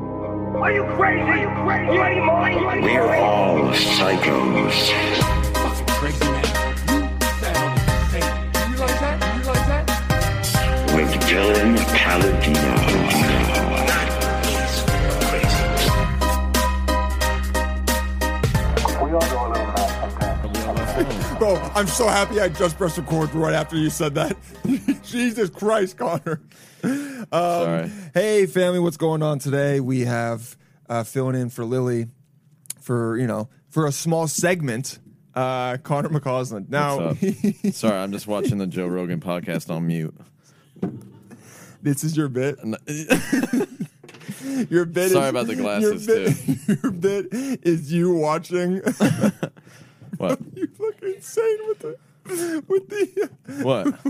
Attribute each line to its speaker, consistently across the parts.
Speaker 1: Are you crazy? Are you crazy? You ain't morning.
Speaker 2: We're all psychos.
Speaker 3: fucking crazy man. You sound insane. You like that? You like that?
Speaker 2: with Dylan Paladino.
Speaker 4: Bro, I'm so happy I just pressed record right after you said that. Jesus Christ, Connor. Um,
Speaker 5: Sorry.
Speaker 4: Hey, family, what's going on today? We have uh, filling in for Lily for, you know, for a small segment, uh, Connor McCausland. Now,
Speaker 5: What's up? Sorry, I'm just watching the Joe Rogan podcast on mute.
Speaker 4: this is your bit. Your bit
Speaker 5: Sorry
Speaker 4: is,
Speaker 5: about the
Speaker 4: your
Speaker 5: glasses,
Speaker 4: bit, too. Your bit is you watching.
Speaker 5: What?
Speaker 4: you look insane with the with the
Speaker 5: What?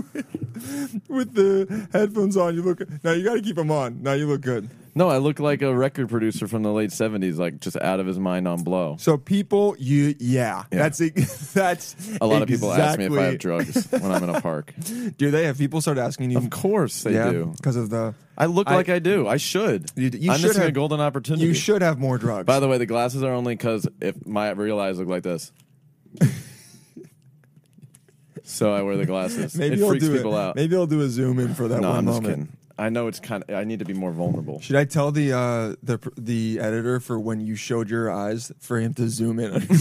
Speaker 4: with the headphones on. You look now. You got to keep them on. Now you look good.
Speaker 5: No, I look like a record producer from the late '70s, like just out of his mind on blow.
Speaker 4: So people, you yeah,
Speaker 5: Yeah.
Speaker 4: that's it. That's
Speaker 5: A lot of people ask me if I have
Speaker 4: exactly-
Speaker 5: drugs when I'm in a park.
Speaker 4: Do they have people start asking you?
Speaker 5: Of course they
Speaker 4: yeah,
Speaker 5: do.
Speaker 4: because of the.
Speaker 5: I look
Speaker 4: I-
Speaker 5: like I do. I should.
Speaker 4: You- you
Speaker 5: I'm
Speaker 4: should
Speaker 5: missing
Speaker 4: have-
Speaker 5: a golden opportunity.
Speaker 4: You should have more drugs.
Speaker 5: By the way, the glasses are only because if my real eyes look like this. so I wear the glasses.
Speaker 4: maybe
Speaker 5: it
Speaker 4: I'll
Speaker 5: freaks
Speaker 4: do
Speaker 5: people
Speaker 4: it.
Speaker 5: out.
Speaker 4: Maybe I'll do a zoom in for that
Speaker 5: no,
Speaker 4: one
Speaker 5: I'm just
Speaker 4: moment.
Speaker 5: kidding. I know it's kind of. I need to be more vulnerable.
Speaker 4: Should I tell the uh, the pr- the editor for when you showed your eyes for him to zoom in?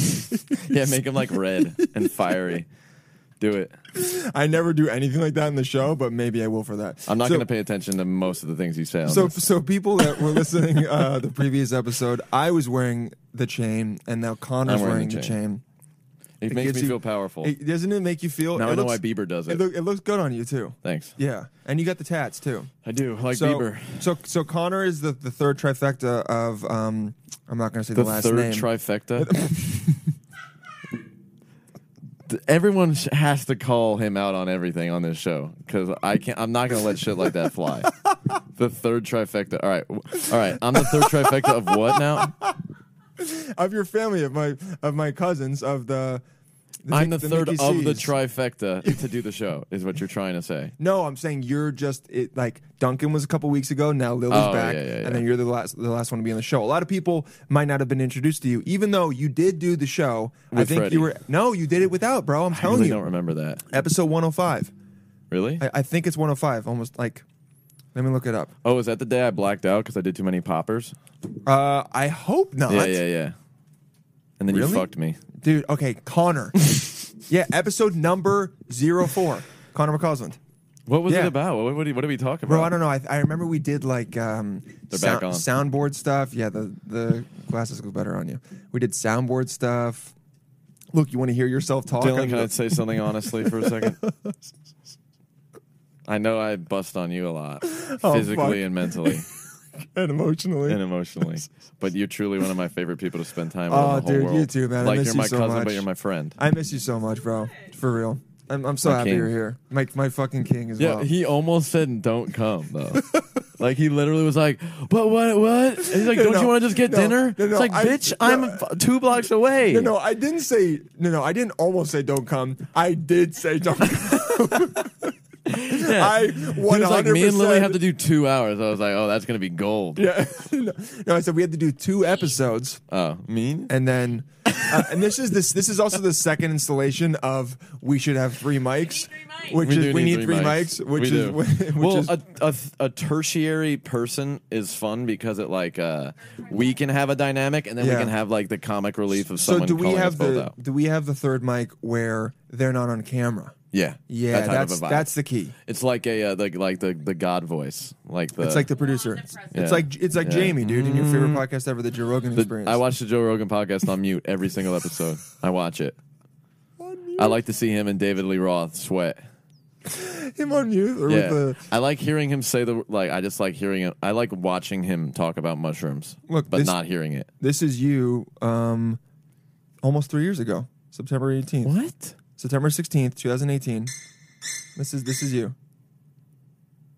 Speaker 5: Yeah, make him like red and fiery. Do it.
Speaker 4: I never do anything like that in the show, but maybe I will for that.
Speaker 5: I'm not
Speaker 4: So-
Speaker 5: going to pay attention to most of the things you say. On
Speaker 4: So,
Speaker 5: this.
Speaker 4: so people that were listening uh, the previous episode, I was wearing the chain, and now Connor's
Speaker 5: I'm
Speaker 4: wearing,
Speaker 5: wearing
Speaker 4: the
Speaker 5: the
Speaker 4: chain.
Speaker 5: it,
Speaker 4: It
Speaker 5: makes
Speaker 4: gives
Speaker 5: me
Speaker 4: you-
Speaker 5: feel powerful.
Speaker 4: It, doesn't it make you feel?
Speaker 5: now
Speaker 4: it
Speaker 5: I know
Speaker 4: looks-
Speaker 5: why Bieber does it.
Speaker 4: It, look, it looks good on you too.
Speaker 5: Thanks.
Speaker 4: Yeah, and you got the tats too.
Speaker 5: I do like
Speaker 4: so,
Speaker 5: Bieber.
Speaker 4: so, so Connor is the, the third trifecta of. Um, I'm not going to say the,
Speaker 5: The
Speaker 4: last
Speaker 5: third
Speaker 4: name.
Speaker 5: trifecta. Th- Everyone sh- has to call him out on everything on this show because I can't. I'm not going to let shit like that fly. the third trifecta. All right, w- all right. I'm the third trifecta of what now?
Speaker 4: of your family, of my of my cousins, of the. the
Speaker 5: I'm the,
Speaker 4: Nick-
Speaker 5: third
Speaker 4: Nicky
Speaker 5: of the
Speaker 4: C's.
Speaker 5: trifecta to do the show. Is what you're trying to say?
Speaker 4: No, I'm saying you're just it, like Duncan was a couple weeks ago. Now Lily's
Speaker 5: Oh,
Speaker 4: back,
Speaker 5: yeah, yeah,
Speaker 4: and then
Speaker 5: yeah.
Speaker 4: you're the last the last one to be on the show. A lot of people might not have been introduced to you, even though you did do the show. I
Speaker 5: With
Speaker 4: think
Speaker 5: Freddie.
Speaker 4: you were no, you did it without, bro. I'm
Speaker 5: I
Speaker 4: telling
Speaker 5: really
Speaker 4: you,
Speaker 5: don't remember that.
Speaker 4: episode 105.
Speaker 5: Really?
Speaker 4: I, I think it's 105, almost like. Let me look it up.
Speaker 5: oh, is that the day I blacked out because I did too many poppers?
Speaker 4: Uh, I hope not,
Speaker 5: Yeah, yeah, yeah. And then
Speaker 4: Really?
Speaker 5: you fucked me.
Speaker 4: dude. Okay, Connor. yeah, episode number zero four. Connor McCausland.
Speaker 5: What was
Speaker 4: Yeah.
Speaker 5: it about? What, what, what did we talk about?
Speaker 4: Bro, I don't know. I, I remember we did like um,
Speaker 5: They're back
Speaker 4: soundboard stuff. Yeah, the the glasses look better on you. We did soundboard stuff. Look, you want to hear yourself talk?
Speaker 5: Dylan,
Speaker 4: on
Speaker 5: can I
Speaker 4: the-
Speaker 5: say something honestly for a second? I know I bust on you a lot,
Speaker 4: Oh, fuck.
Speaker 5: physically and mentally
Speaker 4: and emotionally.
Speaker 5: and emotionally, but you're truly one of my favorite people to spend time with. in
Speaker 4: Oh,
Speaker 5: the whole
Speaker 4: dude,
Speaker 5: world.
Speaker 4: you too, man. I
Speaker 5: Like
Speaker 4: miss
Speaker 5: you're
Speaker 4: you
Speaker 5: my
Speaker 4: so
Speaker 5: cousin,
Speaker 4: much.
Speaker 5: but you're my friend.
Speaker 4: I miss you so much, bro. For real. I'm, I'm so
Speaker 5: My
Speaker 4: happy
Speaker 5: king.
Speaker 4: you're here. My my fucking king as
Speaker 5: yeah,
Speaker 4: well.
Speaker 5: he almost said, "Don't come," though. like he literally was like, "But what? What?" And he's like,
Speaker 4: No,
Speaker 5: "Don't
Speaker 4: no,
Speaker 5: you want to just get
Speaker 4: no,
Speaker 5: dinner?"
Speaker 4: no, no,
Speaker 5: it's like,
Speaker 4: I-
Speaker 5: "Bitch,
Speaker 4: no,
Speaker 5: I'm f- two blocks away."
Speaker 4: no, no, I didn't say no, no. I didn't almost say don't come. I did say don't. come.
Speaker 5: Yeah.
Speaker 4: I
Speaker 5: He
Speaker 4: one
Speaker 5: was like,
Speaker 4: hundred.
Speaker 5: "Me and Lily have to do two hours." I was like, "Oh, that's gonna be gold."
Speaker 4: Yeah. no, no, I said we had to do two episodes.
Speaker 5: Oh, mean?
Speaker 4: and then uh, and this is this this is also the second installation of we should have three mics, which
Speaker 5: do
Speaker 4: is we need three mics, which
Speaker 5: We
Speaker 4: is
Speaker 5: do.
Speaker 4: which
Speaker 5: well, uh,
Speaker 4: is
Speaker 5: a, a a tertiary person is fun because it like uh we can have a dynamic and then
Speaker 4: Yeah.
Speaker 5: we can have like the comic relief of
Speaker 4: so
Speaker 5: someone
Speaker 4: do we
Speaker 5: calling us
Speaker 4: have
Speaker 5: both
Speaker 4: the
Speaker 5: out.
Speaker 4: do we have the third mic where they're not on camera?
Speaker 5: yeah
Speaker 4: Yeah,
Speaker 5: that type
Speaker 4: that's
Speaker 5: of a vibe.
Speaker 4: that's the key.
Speaker 5: it's like a uh, the, like the the God voice like the
Speaker 4: It's like the producer. It's
Speaker 5: Uh, Yeah.
Speaker 4: like it's like
Speaker 5: Yeah.
Speaker 4: Jamie, dude, in your favorite podcast ever, the Joe Rogan
Speaker 5: the,
Speaker 4: Experience.
Speaker 5: I watch the Joe Rogan podcast on mute every single episode. I watch it. I like to see him and David Lee Roth sweat.
Speaker 4: him on mute or
Speaker 5: Yeah,
Speaker 4: with
Speaker 5: I like hearing him say the like. I just like hearing him. I like watching him talk about mushrooms,
Speaker 4: Look,
Speaker 5: but
Speaker 4: this-
Speaker 5: not hearing it.
Speaker 4: the this is you, um, almost three years ago, September eighteenth,
Speaker 5: What?
Speaker 4: September sixteenth, two thousand eighteen. This is this is you.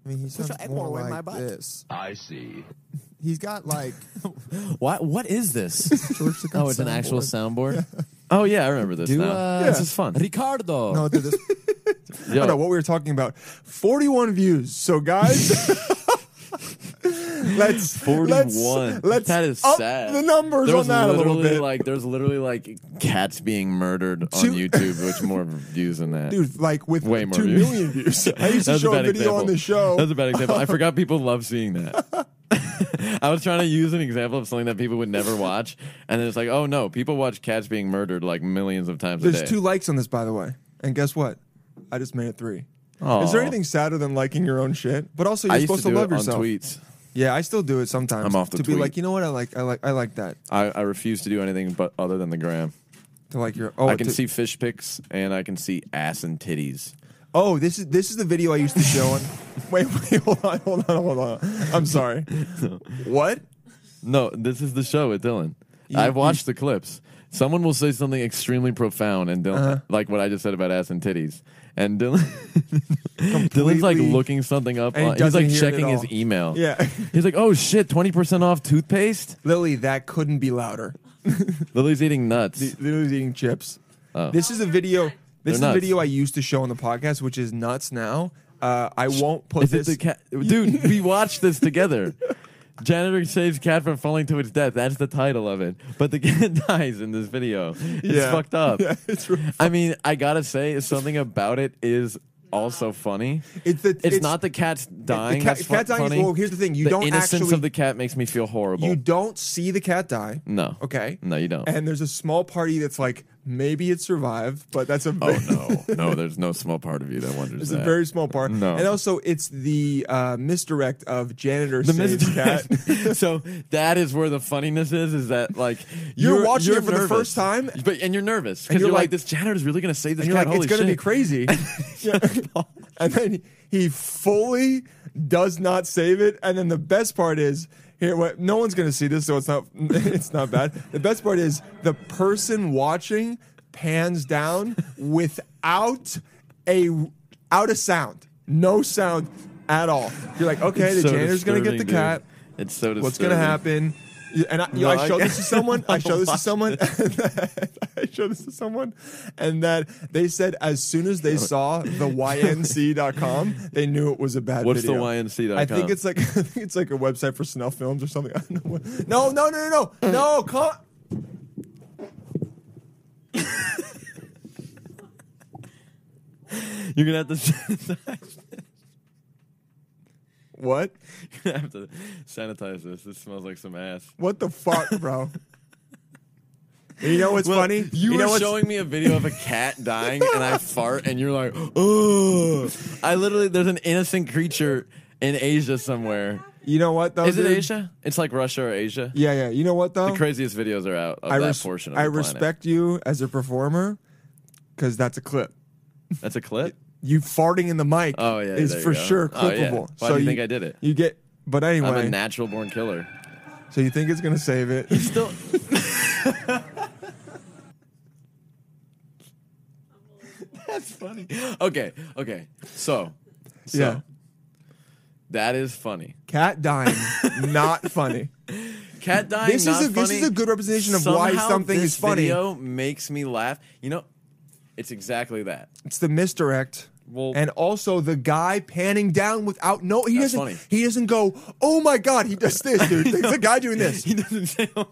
Speaker 4: I mean, he sounds more like this.
Speaker 2: I see.
Speaker 4: He's got like
Speaker 6: What what is this?
Speaker 4: George the
Speaker 6: oh, it's an actual soundboard.
Speaker 5: Oh yeah, I remember this.
Speaker 6: Do,
Speaker 5: now.
Speaker 6: uh,
Speaker 5: This is fun.
Speaker 6: Ricardo.
Speaker 4: No, dude, this, I
Speaker 5: Yo,
Speaker 4: don't know what we were talking about. Forty-one views. So guys, Let's
Speaker 5: 41.
Speaker 4: Let's, let's
Speaker 5: that is
Speaker 4: up
Speaker 5: sad.
Speaker 4: the numbers
Speaker 5: There's
Speaker 4: on that a little
Speaker 5: literally,
Speaker 4: bit.
Speaker 5: Like there's literally like cats being murdered on
Speaker 4: Two-
Speaker 5: YouTube, which more views than that.
Speaker 4: Dude, like with
Speaker 5: Way
Speaker 4: two
Speaker 5: more
Speaker 4: million
Speaker 5: views.
Speaker 4: views. I
Speaker 5: That
Speaker 4: used
Speaker 5: was
Speaker 4: to
Speaker 5: a
Speaker 4: show a
Speaker 5: bad
Speaker 4: video on
Speaker 5: example.
Speaker 4: the show.
Speaker 5: That's a bad example. I forgot people love seeing that. I was trying to use an example of something that people would never watch, and then it's like, oh no, people watch cats being murdered like millions of times a
Speaker 4: There's
Speaker 5: day.
Speaker 4: two likes on this, by the way. And guess what? I just made it three.
Speaker 5: Aw.
Speaker 4: Is there anything sadder than liking your own shit? But also,
Speaker 5: I
Speaker 4: you're
Speaker 5: used
Speaker 4: supposed
Speaker 5: to,
Speaker 4: to,
Speaker 5: do
Speaker 4: love
Speaker 5: it on
Speaker 4: yourself.
Speaker 5: tweets.
Speaker 4: Yeah, I still do it sometimes.
Speaker 5: I'm off the
Speaker 4: to be
Speaker 5: tweet.
Speaker 4: like, you know what? I like, I like, I like that.
Speaker 5: I, I refuse to do anything but other than the gram.
Speaker 4: To like your. Oh,
Speaker 5: I can
Speaker 4: to-
Speaker 5: see fish pics and I can see ass and titties.
Speaker 4: Oh, this is this is the video I used to show on. wait, wait, hold on, hold on, hold on. I'm sorry. what?
Speaker 5: No, this is the show with Dylan.
Speaker 4: You-
Speaker 5: I've watched the clips. Someone will say something extremely profound and Dylan,
Speaker 4: Uh-huh.
Speaker 5: like what I just said about ass and titties, and Dylan, Dylan's like
Speaker 4: Completely.
Speaker 5: looking something up.
Speaker 4: And he
Speaker 5: on- he's like
Speaker 4: doesn't hear it at
Speaker 5: checking his
Speaker 4: all.
Speaker 5: email.
Speaker 4: Yeah.
Speaker 5: he's like, "Oh shit, twenty percent off toothpaste."
Speaker 4: Lily, that couldn't be louder.
Speaker 5: Lily's eating nuts.
Speaker 4: Lily's eating chips. This is a video. This is
Speaker 5: Oh. They're
Speaker 4: a
Speaker 5: nuts.
Speaker 4: video I used to show on the podcast, which is nuts now. Uh, I won't put
Speaker 5: Is it
Speaker 4: this.
Speaker 5: the cat? Dude, we watched this together. Janitor saves cat from falling to its death. That's the title of it. But the cat dies in this video. It's
Speaker 4: Yeah.
Speaker 5: fucked up.
Speaker 4: Yeah, it's really-
Speaker 5: I mean, I gotta say, something about it is also funny.
Speaker 4: It's the-
Speaker 5: It's,
Speaker 4: it's-
Speaker 5: not the cat's dying.
Speaker 4: cat-
Speaker 5: that's fu-
Speaker 4: cat dying is-
Speaker 5: funny.
Speaker 4: well, here's the thing, you
Speaker 5: the
Speaker 4: don't
Speaker 5: innocence
Speaker 4: actually-
Speaker 5: of the cat makes me feel horrible.
Speaker 4: you don't see the cat die.
Speaker 5: Oh. no.
Speaker 4: Okay.
Speaker 5: No, you don't.
Speaker 4: And there's a small party that's like maybe it survived, but that's a
Speaker 5: oh no, no. There's no small part of you that wonders
Speaker 4: It's
Speaker 5: that.
Speaker 4: a very small part.
Speaker 5: No.
Speaker 4: And also, it's the uh, misdirect of janitor
Speaker 5: the
Speaker 4: saves cat.
Speaker 5: misdirect. so that is where the funniness is. Is that like
Speaker 4: You're watching it for the
Speaker 5: nervous.
Speaker 4: first time,
Speaker 5: but and you're nervous
Speaker 4: and
Speaker 5: because you're,
Speaker 4: you're
Speaker 5: like,
Speaker 4: like-
Speaker 5: this janitor is really going to save this
Speaker 4: And you're
Speaker 5: cat.
Speaker 4: like, it's
Speaker 5: Holy
Speaker 4: going to be
Speaker 5: shit.
Speaker 4: crazy. Yeah. and then he fully does not save it. And then the best part is here. What no one's going to see this, so it's not it's not bad. The best part is the person watching pans down without a out of sound, no sound at all. You're like, okay,
Speaker 5: It's so
Speaker 4: the janitor's going to get the
Speaker 5: disturbing,
Speaker 4: cat.
Speaker 5: dude. It's so disturbing.
Speaker 4: what's gonna happen? Yeah, And I, you know,
Speaker 5: No,
Speaker 4: I
Speaker 5: I-
Speaker 4: showed this to someone. I showed this to
Speaker 5: Watch
Speaker 4: someone. I showed this to someone, and that they said as soon as they saw the YNC.com, they knew it was a bad
Speaker 5: What's the
Speaker 4: video.
Speaker 5: YNC.com?
Speaker 4: I think it's like I think it's like a website for snuff films or something. I don't know. What, no, no, no, no, no, no. Come.
Speaker 5: you're going to have to sanitize.
Speaker 4: What?
Speaker 5: you're gonna have to sanitize this. This smells like some ass.
Speaker 4: What the fuck, bro? And you know what's
Speaker 5: Well,
Speaker 4: funny?
Speaker 5: You,
Speaker 4: know
Speaker 5: were
Speaker 4: what's-
Speaker 5: showing me a video of a cat dying, and I fart, and you're like, "Oh!" I literally there's an innocent creature in Asia somewhere.
Speaker 4: You know what though?
Speaker 5: Is it
Speaker 4: Oh, dude?
Speaker 5: Asia? It's like Russia or Asia.
Speaker 4: Yeah, yeah. You know what though?
Speaker 5: The craziest videos are out of
Speaker 4: I,
Speaker 5: that
Speaker 4: res-
Speaker 5: portion. Of
Speaker 4: I
Speaker 5: the planet.
Speaker 4: respect you as a performer because that's a clip.
Speaker 5: That's a clip.
Speaker 4: You farting in the mic
Speaker 5: Oh, yeah,
Speaker 4: is
Speaker 5: there you
Speaker 4: for
Speaker 5: go.
Speaker 4: sure
Speaker 5: Oh, yeah.
Speaker 4: clippable.
Speaker 5: Why do you think I did it?
Speaker 4: You get, but anyway,
Speaker 5: I'm a natural born killer.
Speaker 4: so you think it's gonna save it?
Speaker 5: Still, that's funny. Okay, okay. So, so
Speaker 4: yeah,
Speaker 5: that is funny.
Speaker 4: cat dying, not funny.
Speaker 5: Cat dying.
Speaker 4: This is
Speaker 5: not
Speaker 4: a- this
Speaker 5: funny.
Speaker 4: is a good representation of why
Speaker 5: Somehow
Speaker 4: something
Speaker 5: this
Speaker 4: is funny.
Speaker 5: Video makes me laugh. You know, it's exactly that.
Speaker 4: It's the misdirect.
Speaker 5: Well-
Speaker 4: and also the guy panning down without no, he
Speaker 5: That's
Speaker 4: doesn't.
Speaker 5: funny.
Speaker 4: He doesn't go. Oh my god, he does this, dude. There's a guy doing this.
Speaker 5: He doesn't sound.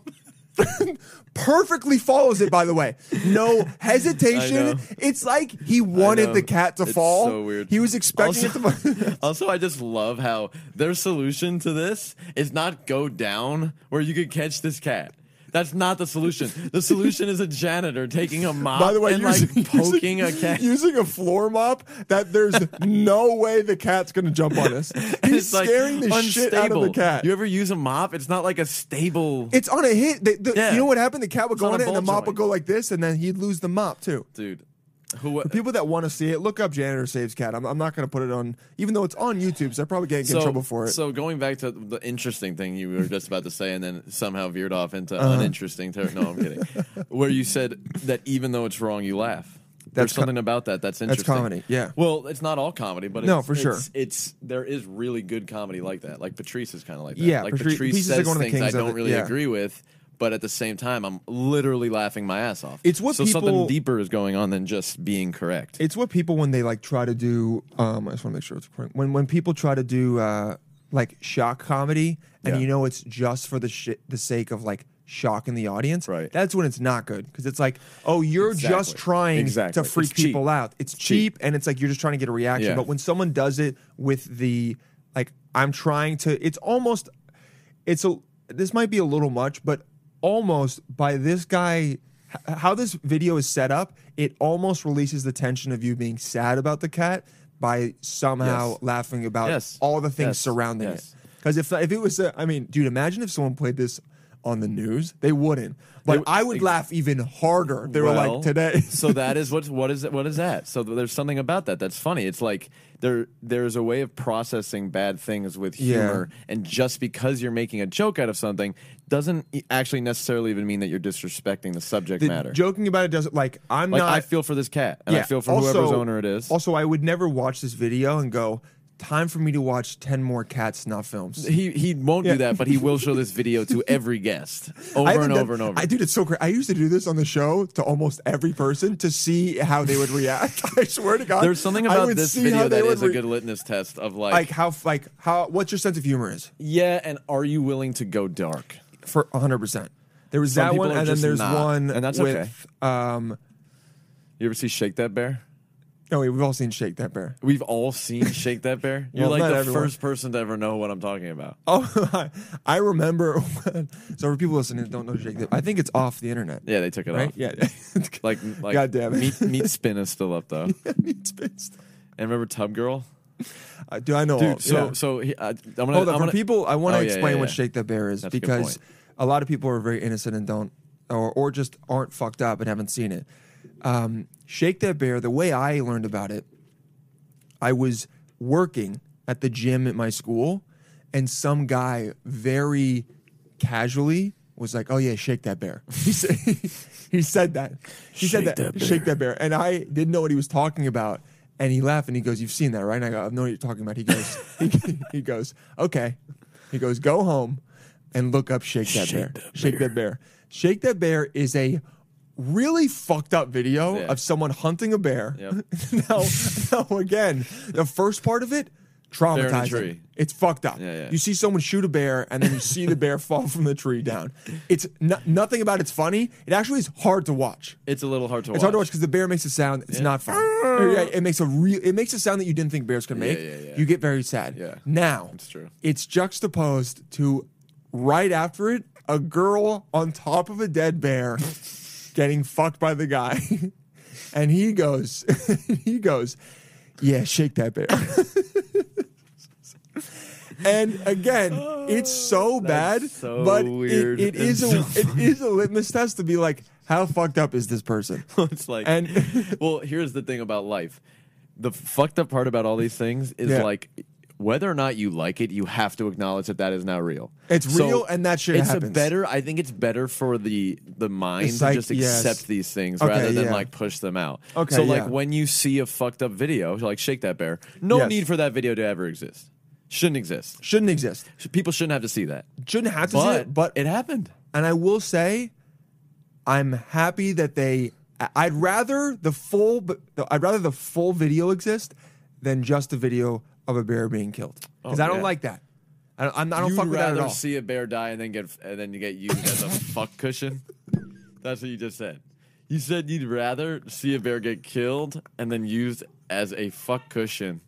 Speaker 4: perfectly follows it. By the way, no
Speaker 5: I
Speaker 4: hesitation.
Speaker 5: know.
Speaker 4: It's like he
Speaker 5: know.
Speaker 4: wanted the cat to
Speaker 5: It's
Speaker 4: fall.
Speaker 5: so weird.
Speaker 4: He was expecting
Speaker 5: Also-
Speaker 4: it to. fall.
Speaker 5: Also, I just love how their solution to this is not go down where you could catch this cat. That's not the solution. The solution is a janitor taking a mop
Speaker 4: By the way,
Speaker 5: and
Speaker 4: using,
Speaker 5: like poking
Speaker 4: using,
Speaker 5: a cat.
Speaker 4: using a floor mop that there's no way the cat's gonna jump on us.
Speaker 5: And
Speaker 4: He's scaring the shit out of the
Speaker 5: unstable.
Speaker 4: cat.
Speaker 5: You ever use a mop? It's not like a stable.
Speaker 4: it's on a hit. They, the,
Speaker 5: Yeah.
Speaker 4: You know what happened? The cat would
Speaker 5: It's
Speaker 4: go
Speaker 5: on
Speaker 4: on
Speaker 5: a
Speaker 4: it, and the
Speaker 5: ball
Speaker 4: mop would
Speaker 5: joint.
Speaker 4: go like this, and then he'd lose the mop too.
Speaker 5: Dude, who?
Speaker 4: People that want to see it, look up "Janitor Saves Cat." I'm, I'm not going to put it on, even though it's on YouTube, so I probably can't get in trouble for it.
Speaker 5: So going back to the interesting thing you were just about to say, and then somehow veered off into
Speaker 4: Uh-huh.
Speaker 5: uninteresting territory. No, I'm kidding. Where you said that even though it's wrong, you laugh. There's
Speaker 4: That's co-
Speaker 5: something about that that's interesting.
Speaker 4: comedy, yeah.
Speaker 5: Well, it's not all comedy, but
Speaker 4: No,
Speaker 5: it's,
Speaker 4: for sure.
Speaker 5: It's, it's there is really good comedy like that. Like Patrice is kind of like that.
Speaker 4: Yeah,
Speaker 5: like
Speaker 4: Patri- Patrice is
Speaker 5: says
Speaker 4: like one of the
Speaker 5: things I
Speaker 4: kings of
Speaker 5: don't
Speaker 4: it,
Speaker 5: really
Speaker 4: yeah.
Speaker 5: agree with. But at the same time, I'm literally laughing my ass off.
Speaker 4: It's what
Speaker 5: so something
Speaker 4: people-
Speaker 5: deeper is going on than just being correct.
Speaker 4: It's what people when they like try to do. Um, I just want to make sure it's recording. When when people try to do uh, like shock comedy and
Speaker 5: Yeah.
Speaker 4: you know it's just for the shit the sake of like shocking the audience
Speaker 5: Right.
Speaker 4: that's when it's not good because it's like oh you're just
Speaker 5: Exactly.
Speaker 4: trying
Speaker 5: Exactly.
Speaker 4: to freak
Speaker 5: It's cheap.
Speaker 4: people out it's cheap. and it's like you're just trying to get a reaction
Speaker 5: Yeah.
Speaker 4: but when someone does it with the like i'm trying to it's almost it's a this might be a little much but almost by this guy h- how this video is set up it almost releases the tension of you being sad about the cat by somehow
Speaker 5: Yes.
Speaker 4: laughing about
Speaker 5: Yes.
Speaker 4: all the things
Speaker 5: Yes.
Speaker 4: surrounding
Speaker 5: Yes.
Speaker 4: it because if if it was a, i mean dude imagine if someone played this on the news they wouldn't but
Speaker 5: They-
Speaker 4: i would laugh even harder they were
Speaker 5: Well,
Speaker 4: like today
Speaker 5: so that is what what is what is that? So there's something about that that's funny. It's like there there's a way of processing bad things with
Speaker 4: Yeah.
Speaker 5: humor, and just because you're making a joke out of something doesn't e- actually necessarily even mean that you're disrespecting the subject
Speaker 4: The-
Speaker 5: matter.
Speaker 4: joking about it doesn't like i'm
Speaker 5: like
Speaker 4: not
Speaker 5: I feel for this cat, and I feel for whoever's owner it is.
Speaker 4: Also, I would never watch this video and go, time for me to watch 10 more Cat Snuff films.
Speaker 5: he he won't
Speaker 4: Yeah.
Speaker 5: do that, but he will show this video to every guest
Speaker 4: I
Speaker 5: over
Speaker 4: haven't
Speaker 5: and
Speaker 4: done-
Speaker 5: over and over.
Speaker 4: I dude, it's so great. I used to do this on the show to almost every person to see how they would react. I swear to God,
Speaker 5: There's something
Speaker 4: I
Speaker 5: about
Speaker 4: would
Speaker 5: this
Speaker 4: see how
Speaker 5: video
Speaker 4: they
Speaker 5: that
Speaker 4: would
Speaker 5: is a
Speaker 4: re-
Speaker 5: good litmus test of
Speaker 4: like how like how what your sense of humor is
Speaker 5: yeah, and are you willing to go dark?
Speaker 4: for 100. percent There was
Speaker 5: Some
Speaker 4: that
Speaker 5: people
Speaker 4: one,
Speaker 5: are
Speaker 4: and then
Speaker 5: just
Speaker 4: there's
Speaker 5: not,
Speaker 4: one,
Speaker 5: and that's
Speaker 4: with,
Speaker 5: okay.
Speaker 4: Um,
Speaker 5: You ever see Shake That Bear?
Speaker 4: no, wait, we've all seen Shake That Bear.
Speaker 5: We've all seen Shake That Bear. You're
Speaker 4: Well,
Speaker 5: like
Speaker 4: not
Speaker 5: the
Speaker 4: everyone.
Speaker 5: first person to ever know what I'm talking about.
Speaker 4: Oh, I, I remember. When, so for people listening that don't know Shake That, I think it's off the internet.
Speaker 5: Yeah, they took it
Speaker 4: Right?
Speaker 5: off.
Speaker 4: Yeah.
Speaker 5: Like, like
Speaker 4: God damn it.
Speaker 5: Meat, meat Spin is still up though. and
Speaker 4: It's based-
Speaker 5: remember Tub Girl?
Speaker 4: Uh, do I know? all-
Speaker 5: Dude, so
Speaker 4: yeah.
Speaker 5: so he, I, I'm gonna.
Speaker 4: hold
Speaker 5: I'm
Speaker 4: on. For
Speaker 5: gonna-
Speaker 4: people, I want to
Speaker 5: Oh, yeah,
Speaker 4: explain
Speaker 5: yeah,
Speaker 4: what
Speaker 5: yeah.
Speaker 4: Shake That Bear is
Speaker 5: That's a good
Speaker 4: because
Speaker 5: point.
Speaker 4: a lot of people are very innocent and don't, or or just aren't fucked up and haven't seen it. Um, Shake That Bear. The way I learned about it, I was working at the gym at my school, and some guy very casually was like, "Oh yeah, shake that bear." He said, he said that. He said
Speaker 5: Shake
Speaker 4: that.
Speaker 5: that bear.
Speaker 4: Shake that bear. And I didn't know what he was talking about. And he laughed and he goes, "You've seen that, right?" And I go, "I know what you're talking about." He goes, he, he goes, "Okay." He goes, "Go home and look up shake that bear. Shake that bear. Shake that bear is a." Really fucked up video
Speaker 5: Yeah.
Speaker 4: of someone hunting a bear.
Speaker 5: Yep.
Speaker 4: now, now again, the first part of
Speaker 5: in
Speaker 4: it,
Speaker 5: a
Speaker 4: traumatizing.
Speaker 5: tree.
Speaker 4: It's fucked up.
Speaker 5: Yeah, yeah.
Speaker 4: You see someone shoot a bear, and then you see the bear fall from the tree down. It's no, nothing about it's funny. It actually is hard to watch.
Speaker 5: It's a little hard to watch.
Speaker 4: It's hard to watch because the bear makes a sound. It's not fun. Yeah, It makes a real. It makes a sound that you didn't think bears could make.
Speaker 5: yeah, yeah.
Speaker 4: You get very sad.
Speaker 5: Yeah.
Speaker 4: Now
Speaker 5: It's true.
Speaker 4: It's juxtaposed to right after it, a girl on top of a dead bear, getting fucked by the guy, and he goes, he goes, yeah, shake that bear. And again, it's so bad,
Speaker 5: Oh, so
Speaker 4: but it-
Speaker 5: weird
Speaker 4: it is a
Speaker 5: and so
Speaker 4: it is a litmus test to be like, how fucked up is this person?
Speaker 5: it's like
Speaker 4: And-
Speaker 5: well here's the thing about life the fucked up part about all these things is
Speaker 4: Yeah.
Speaker 5: like whether or not you like it you have to acknowledge that that is now real
Speaker 4: It's real and that shit
Speaker 5: it's a
Speaker 4: happens.
Speaker 5: better i think it's better for the the mind
Speaker 4: It's
Speaker 5: to
Speaker 4: like-
Speaker 5: just
Speaker 4: yes.
Speaker 5: accept these things
Speaker 4: Okay,
Speaker 5: rather than
Speaker 4: yeah.
Speaker 5: like push them out
Speaker 4: Okay,
Speaker 5: so like
Speaker 4: yeah.
Speaker 5: when you see a fucked up video like shake that bear no
Speaker 4: Yes.
Speaker 5: need for that video to ever exist shouldn't exist
Speaker 4: Shouldn't exist.
Speaker 5: Sh- people shouldn't have to see that
Speaker 4: Shouldn't have to
Speaker 5: but,
Speaker 4: see it, but
Speaker 5: it happened
Speaker 4: and I will say, I'm happy that they. I- I'd rather the full. b- the- I'd rather the full video exist than just a video of a bear being killed because
Speaker 5: Oh,
Speaker 4: I don't
Speaker 5: yeah.
Speaker 4: like that. I don't, I'm- I don't
Speaker 5: You'd
Speaker 4: fuck with that
Speaker 5: rather
Speaker 4: at all.
Speaker 5: see a bear die and then get and then you get used as a fuck cushion. That's what you just said. You said you'd rather see a bear get killed and then used as a fuck cushion.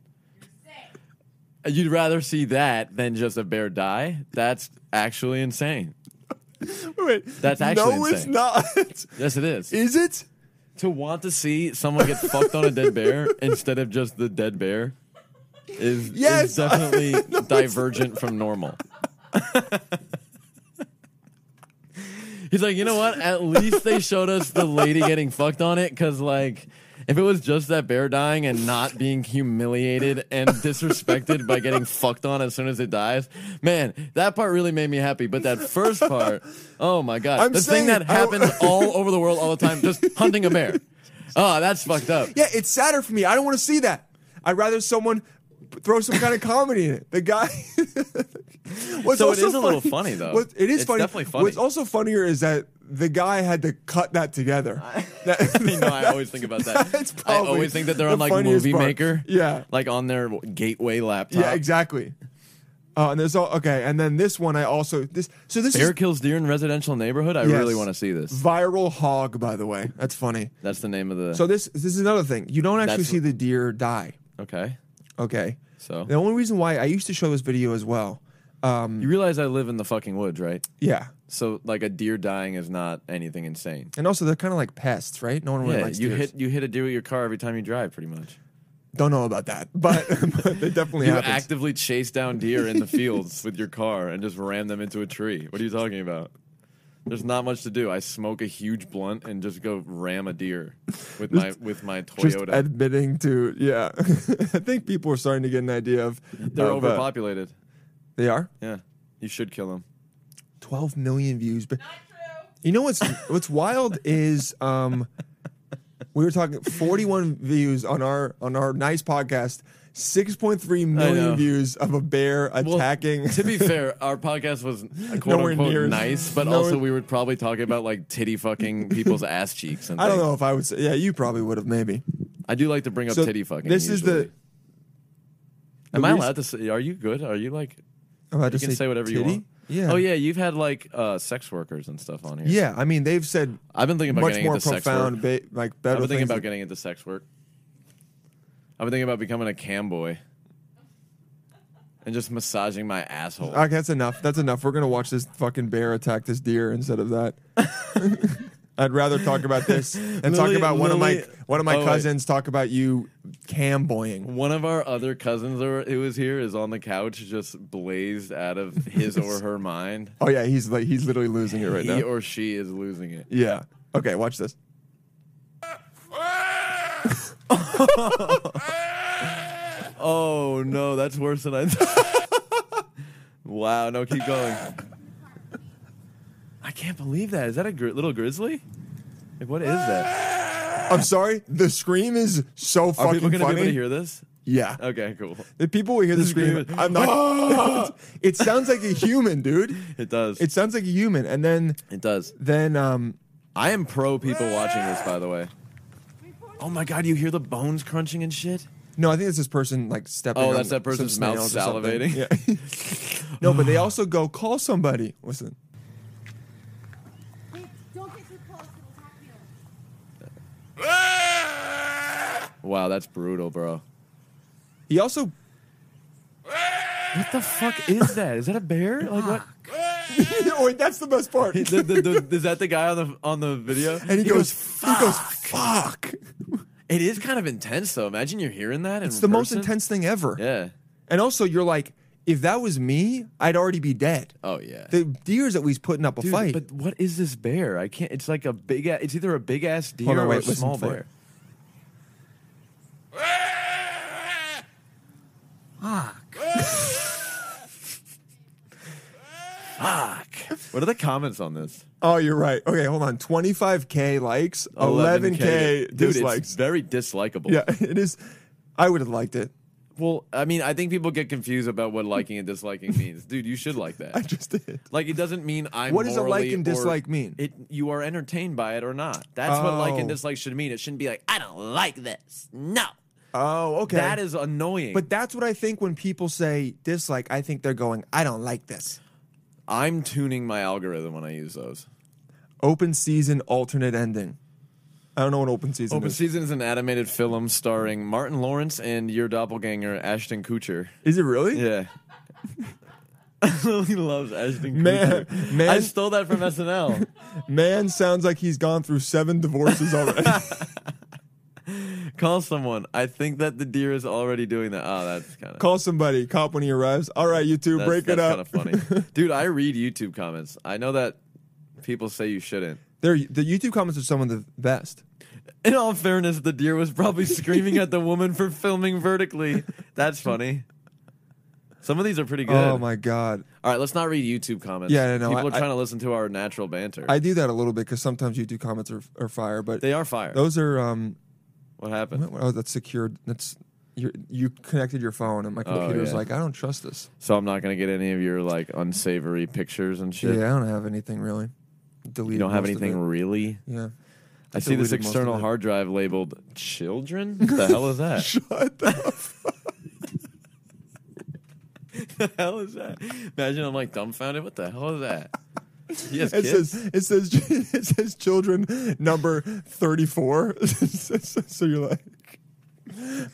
Speaker 5: And You'd rather see that than just a bear die. That's actually insane.
Speaker 4: Wait,
Speaker 5: That's actually
Speaker 4: no,
Speaker 5: insane.
Speaker 4: it's not.
Speaker 5: Yes, it is.
Speaker 4: is it?
Speaker 5: to want to see someone get fucked on a dead bear instead of just the dead bear is,
Speaker 4: Yes.
Speaker 5: is definitely divergent from normal. He's like, you know what? At least they showed us the lady getting fucked on it because, like, if it was just that bear dying and not being humiliated and disrespected by getting fucked on as soon as it dies, man, that part really made me happy. But that first part, oh my god,
Speaker 4: I'm
Speaker 5: the thing
Speaker 4: saying-
Speaker 5: that
Speaker 4: I don't-
Speaker 5: happens all over the world all the time, just hunting a bear. Oh, that's fucked up.
Speaker 4: Yeah, it's sadder for me. I don't want to see that. I'd rather someone p- throw some kind of comedy in it. The guy. What's
Speaker 5: So it
Speaker 4: also
Speaker 5: is a little funny, though.
Speaker 4: What, it is
Speaker 5: It's
Speaker 4: funny.
Speaker 5: definitely funny.
Speaker 4: What's also funnier is that the guy had to cut that together. That-
Speaker 5: You know, I always think about that.
Speaker 4: That's
Speaker 5: I
Speaker 4: probably
Speaker 5: always think that they're
Speaker 4: the
Speaker 5: on like
Speaker 4: funniest
Speaker 5: Movie
Speaker 4: part.
Speaker 5: Maker,
Speaker 4: Yeah.
Speaker 5: like on their gateway laptop.
Speaker 4: yeah, exactly. Uh, and there's all okay, and then this one I also this so this
Speaker 5: Bear
Speaker 4: is
Speaker 5: kills deer in residential neighborhood. I really
Speaker 4: Yes.
Speaker 5: want to see this.
Speaker 4: viral hog by the way. That's funny.
Speaker 5: That's the name of the.
Speaker 4: So this this is another thing. You don't actually
Speaker 5: That's-
Speaker 4: see the deer die.
Speaker 5: okay.
Speaker 4: Okay.
Speaker 5: So
Speaker 4: The only reason why I used to show this video as well. Um,
Speaker 5: you realize I live in the fucking woods, right?
Speaker 4: yeah.
Speaker 5: So like a deer dying is not anything insane.
Speaker 4: And also they're kind of like pests, right? No one really
Speaker 5: yeah,
Speaker 4: likes
Speaker 5: you
Speaker 4: deers.
Speaker 5: hit you hit a deer with your car every time you drive, pretty much.
Speaker 4: Don't know about that, but, but they definitely
Speaker 5: You
Speaker 4: happens.
Speaker 5: actively chase down deer in the fields with your car and just ram them into a tree. What are you talking about? There's not much to do. I smoke a huge blunt and just go ram a deer with my with my
Speaker 4: Just
Speaker 5: Toyota.
Speaker 4: admitting to yeah. I think people are starting to get an idea of
Speaker 5: They're
Speaker 4: of, uh,
Speaker 5: overpopulated.
Speaker 4: They are
Speaker 5: Yeah, you should kill them.
Speaker 4: twelve million views, but you know what's what's wild is um, we were talking forty one views on our on our nice podcast, six point three
Speaker 5: know.
Speaker 4: million views of a bear attacking.
Speaker 5: to be fair, our podcast was quote
Speaker 4: Nowhere
Speaker 5: unquote
Speaker 4: near as-
Speaker 5: nice, but
Speaker 4: nowhere-
Speaker 5: also we were probably talking about like titty fucking people's ass cheeks. And
Speaker 4: I don't
Speaker 5: things.
Speaker 4: know if I would say. Yeah, you probably would have maybe.
Speaker 5: I do like to bring up
Speaker 4: So
Speaker 5: titty fucking.
Speaker 4: This is the.
Speaker 5: usually. Am I
Speaker 4: reason-
Speaker 5: allowed to say? Are you good? Are you like?
Speaker 4: I'm about
Speaker 5: You
Speaker 4: Oh, to
Speaker 5: can say whatever you
Speaker 4: titty?
Speaker 5: want.
Speaker 4: Yeah.
Speaker 5: Oh yeah, you've had like uh, sex workers and stuff on here.
Speaker 4: Yeah, I mean they've said
Speaker 5: I've been thinking about
Speaker 4: much
Speaker 5: getting
Speaker 4: more
Speaker 5: into sex work.
Speaker 4: profound, ba- like
Speaker 5: I've
Speaker 4: better
Speaker 5: been thinking
Speaker 4: things
Speaker 5: about
Speaker 4: than-
Speaker 5: getting into sex work. I've been thinking about becoming a cam boy and just massaging my asshole.
Speaker 4: Okay, that's enough. That's enough. We're gonna watch this fucking bear attack this deer instead of that. I'd rather talk about this and talk
Speaker 5: Lily-
Speaker 4: about one
Speaker 5: Lily-
Speaker 4: of my one of my
Speaker 5: oh, wait.
Speaker 4: cousins talk about you camboying.
Speaker 5: One of our other cousins or- who was here is on the couch, just blazed out of his or her mind.
Speaker 4: Oh yeah, he's like he's literally losing it right
Speaker 5: He
Speaker 4: now.
Speaker 5: or she is losing it.
Speaker 4: yeah. Okay, watch this.
Speaker 5: Oh no, that's worse than I thought. wow, no, keep going. I can't believe that. Is that a gri- little grizzly? Like, what is that?
Speaker 4: I'm sorry, the scream is so
Speaker 5: Are
Speaker 4: fucking
Speaker 5: people gonna
Speaker 4: funny.
Speaker 5: be able to hear this?
Speaker 4: Yeah.
Speaker 5: Okay, cool.
Speaker 4: The people will hear the,
Speaker 5: scream
Speaker 4: scream.
Speaker 5: is-
Speaker 4: I'm not. it sounds like a human, dude.
Speaker 5: It does.
Speaker 4: It sounds like a human, and then
Speaker 5: it does.
Speaker 4: then um
Speaker 5: I am pro people watching this, by the way. Oh my god, you hear the bones crunching and shit?
Speaker 4: No, I think it's this person like stepping.
Speaker 5: Oh,
Speaker 4: on
Speaker 5: that's that person's
Speaker 4: some snails
Speaker 5: mouth
Speaker 4: or something. Yeah. no, but they also go call somebody. Listen,
Speaker 7: Wait, don't get too close, it'll attack you.
Speaker 5: Wow, that's brutal, bro.
Speaker 4: he also
Speaker 5: What the fuck is that? Is that a bear? Like what?
Speaker 4: wait. That's the best part. and
Speaker 5: Ah. The- the- the- is that the guy on the on the video?
Speaker 4: he, goes, he goes, fuck.
Speaker 5: It is kind of intense, though. Imagine you're hearing that.
Speaker 4: It's the most intense thing ever.
Speaker 5: Yeah.
Speaker 4: And also, you're like, if that was me, I'd already be dead.
Speaker 5: Oh yeah.
Speaker 4: The deer's at least putting up a
Speaker 5: Dude,
Speaker 4: fight.
Speaker 5: But what is this bear? I can't. It's like a big. a- It's either a big ass deer
Speaker 4: Hold on,
Speaker 5: or
Speaker 4: wait,
Speaker 5: a
Speaker 4: listen
Speaker 5: small
Speaker 4: for
Speaker 5: bear.
Speaker 4: it.
Speaker 5: Fuck. What are the comments on this?
Speaker 4: oh, you're right. Okay, hold on. 25k likes, 11k,
Speaker 5: 11K. Dude, It's
Speaker 4: dislikes.
Speaker 5: very dislikable.
Speaker 4: Yeah, it is. I would have liked it.
Speaker 5: Well, I mean, I think people get confused about what liking and disliking means. Dude, you should like
Speaker 4: I
Speaker 5: that.
Speaker 4: just did.
Speaker 5: Like it doesn't mean I'm.
Speaker 4: What does a
Speaker 5: morally
Speaker 4: like and
Speaker 5: or-
Speaker 4: dislike mean?
Speaker 5: It you are entertained by it or not. That's what like and
Speaker 4: Oh.
Speaker 5: dislike should mean. It shouldn't be like I don't like this. No,
Speaker 4: Oh, okay.
Speaker 5: that is annoying.
Speaker 4: But that's what I think when people say dislike. I think they're going, I don't like this.
Speaker 5: I'm tuning my algorithm when I use those.
Speaker 4: Open season alternate ending. I don't know what open season
Speaker 5: Open
Speaker 4: is.
Speaker 5: Season is an animated film starring Martin Lawrence and your doppelganger Ashton Kutcher.
Speaker 4: is it really?
Speaker 5: Yeah. he loves Ashton Kutcher.
Speaker 4: Man- man-
Speaker 5: I stole that from SNL.
Speaker 4: Man sounds like he's gone through seven divorces already.
Speaker 5: Call someone. I think that the deer is already doing that. Oh, that's kind of
Speaker 4: Call somebody. Cop when he arrives. All right, you two,
Speaker 5: that's,
Speaker 4: break
Speaker 5: that's
Speaker 4: it up.
Speaker 5: Kind of funny, dude. I read YouTube comments. I know that people say you shouldn't.
Speaker 4: They're, the YouTube comments are some of the best.
Speaker 5: In all fairness, the deer was probably screaming at the woman for filming vertically. That's funny. Some of these are pretty good.
Speaker 4: Oh my god,
Speaker 5: All right, let's not read YouTube comments.
Speaker 4: Yeah, no, no,
Speaker 5: people
Speaker 4: I-
Speaker 5: are trying to listen to our natural banter.
Speaker 4: I do that a little bit because sometimes YouTube comments are, are fire, but
Speaker 5: they are fire.
Speaker 4: those are um.
Speaker 5: what happened?
Speaker 4: Oh, that's secured. That's you. You connected your phone, and my computer's
Speaker 5: Oh, yeah.
Speaker 4: like, I don't trust this.
Speaker 5: So I'm not gonna get any of your like unsavory pictures and shit.
Speaker 4: Yeah, I don't have anything really. Delete.
Speaker 5: You don't have anything really.
Speaker 4: Yeah.
Speaker 5: I see this
Speaker 4: deleted most
Speaker 5: external
Speaker 4: of it.
Speaker 5: hard drive labeled "children." What the hell is that?
Speaker 4: Shut up.
Speaker 5: the hell is that? Imagine I'm like dumbfounded. What the hell is that? He has
Speaker 4: It
Speaker 5: kids?
Speaker 4: says it says it says children number thirty four. so you're like,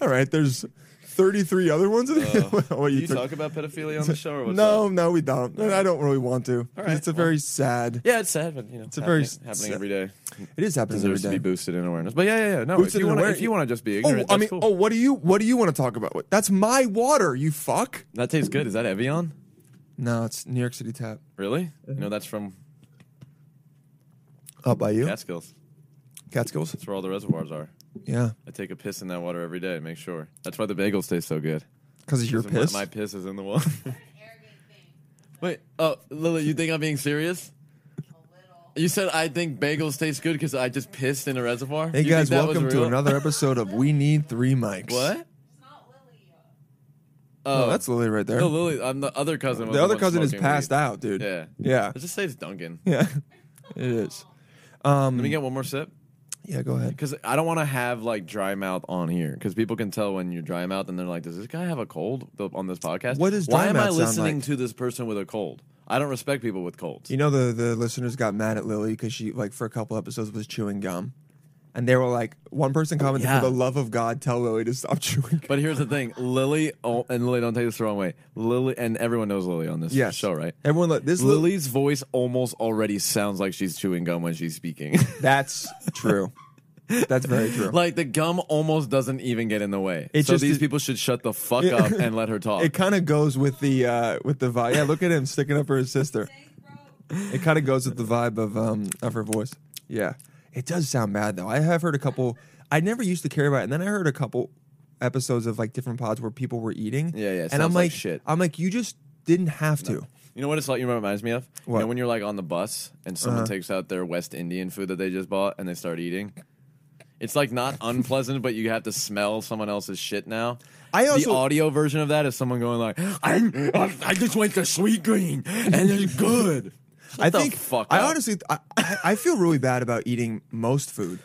Speaker 4: all right, there's thirty three other ones. in there? What,
Speaker 5: Do Uh, you
Speaker 4: took-
Speaker 5: talk about pedophilia on the show or what's
Speaker 4: No,
Speaker 5: up?
Speaker 4: no, we don't. And I don't really want to.
Speaker 5: All right,
Speaker 4: It's a
Speaker 5: well.
Speaker 4: very sad.
Speaker 5: Yeah, it's sad, but you know, it's
Speaker 4: a very s-
Speaker 5: happening, happening every day.
Speaker 4: It is happening every
Speaker 5: Deserves to
Speaker 4: day.
Speaker 5: be boosted in awareness. But yeah, yeah, yeah. No,
Speaker 4: Boosted
Speaker 5: if you
Speaker 4: in
Speaker 5: want to,
Speaker 4: awareness.
Speaker 5: if you want to just be
Speaker 4: oh,
Speaker 5: ignorant,
Speaker 4: I
Speaker 5: that's
Speaker 4: mean,
Speaker 5: cool.
Speaker 4: oh, what do you what do you want to talk about? What- That's my water. You fuck.
Speaker 5: that tastes good. Is that Evian?
Speaker 4: No, it's New York City tap.
Speaker 5: Really? You know, that's from
Speaker 4: Up by you,
Speaker 5: Catskills.
Speaker 4: Catskills.
Speaker 5: That's where all the reservoirs are.
Speaker 4: Yeah,
Speaker 5: I take a piss in that water every day. Make sure. That's why the bagels taste so good.
Speaker 4: because of your
Speaker 5: 'Cause my-
Speaker 4: piss.
Speaker 5: My, piss is in the water.
Speaker 7: Arrogant thing.
Speaker 5: Wait. Oh, Lily, you think I'm being serious?
Speaker 7: A little.
Speaker 5: You said I think bagels taste good because I just pissed in a reservoir.
Speaker 4: hey
Speaker 5: You think
Speaker 4: guys,
Speaker 5: that was
Speaker 4: welcome to
Speaker 5: real?
Speaker 4: another episode of We Need Three Mics.
Speaker 5: What?
Speaker 7: It's not Lily. uh,
Speaker 5: Oh,
Speaker 4: Oh, that's Lily right there.
Speaker 5: no, Lily. I'm the other cousin. was
Speaker 4: the other
Speaker 5: one
Speaker 4: cousin is
Speaker 5: smoking
Speaker 4: passed
Speaker 5: weed.
Speaker 4: out, dude.
Speaker 5: Yeah.
Speaker 4: Yeah.
Speaker 5: Let's just say it's Duncan.
Speaker 4: Yeah. It is. Um,
Speaker 5: Let me get one more sip
Speaker 4: Yeah, go ahead.
Speaker 5: because I don't want to have like dry mouth on here because people can tell when you're dry mouth and they're like, "Does this guy have a cold?" th- On this podcast,
Speaker 4: What does
Speaker 5: Why
Speaker 4: dry
Speaker 5: am I
Speaker 4: mouth sound
Speaker 5: listening
Speaker 4: like?
Speaker 5: to this person with a cold? I don't respect people with colds.
Speaker 4: You know the the listeners got mad at Lily because she like for a couple episodes was chewing gum, and they were like, one person commented,
Speaker 5: Yeah.
Speaker 4: "For the love of God, tell Lily to stop chewing." Gum.
Speaker 5: But here's the thing, Lily, oh, and Lily, don't take this the wrong way. Lily, and everyone knows Lily on this
Speaker 4: Yes.
Speaker 5: show, right?
Speaker 4: Everyone, look, this Lily.
Speaker 5: Lily's voice almost already sounds like she's chewing gum when she's speaking.
Speaker 4: That's true. That's very true.
Speaker 5: like the gum almost doesn't even get in the way.
Speaker 4: It
Speaker 5: so
Speaker 4: just-
Speaker 5: these people should shut the fuck
Speaker 4: Yeah.
Speaker 5: up and let her talk.
Speaker 4: it kind of goes with the uh with the vibe. Yeah, look at him sticking up for his sister.
Speaker 7: Thanks, bro.
Speaker 4: It kind of goes with the vibe of um of her voice. Yeah, it does sound bad though. I have heard a couple. I never used to care about, it, and then I heard a couple episodes of like different pods where people were eating.
Speaker 5: Yeah, yeah, it
Speaker 4: And I'm
Speaker 5: sounds like
Speaker 4: like,
Speaker 5: shit.
Speaker 4: I'm like, you just didn't have to.
Speaker 5: you know what it's like? You know what it reminds me of? You
Speaker 4: What?
Speaker 5: know when you're like on the bus and someone
Speaker 4: Uh-huh.
Speaker 5: takes out their West Indian food that they just bought and they start eating. It's like not unpleasant, but you have to smell someone else's shit now.
Speaker 4: I
Speaker 5: the
Speaker 4: also-
Speaker 5: audio version of that is someone going like, I, "I just went to Sweet Green and it's good."
Speaker 4: I
Speaker 5: Shut the
Speaker 4: think.
Speaker 5: fuck
Speaker 4: I
Speaker 5: up.
Speaker 4: honestly, I, I I feel really bad about eating most food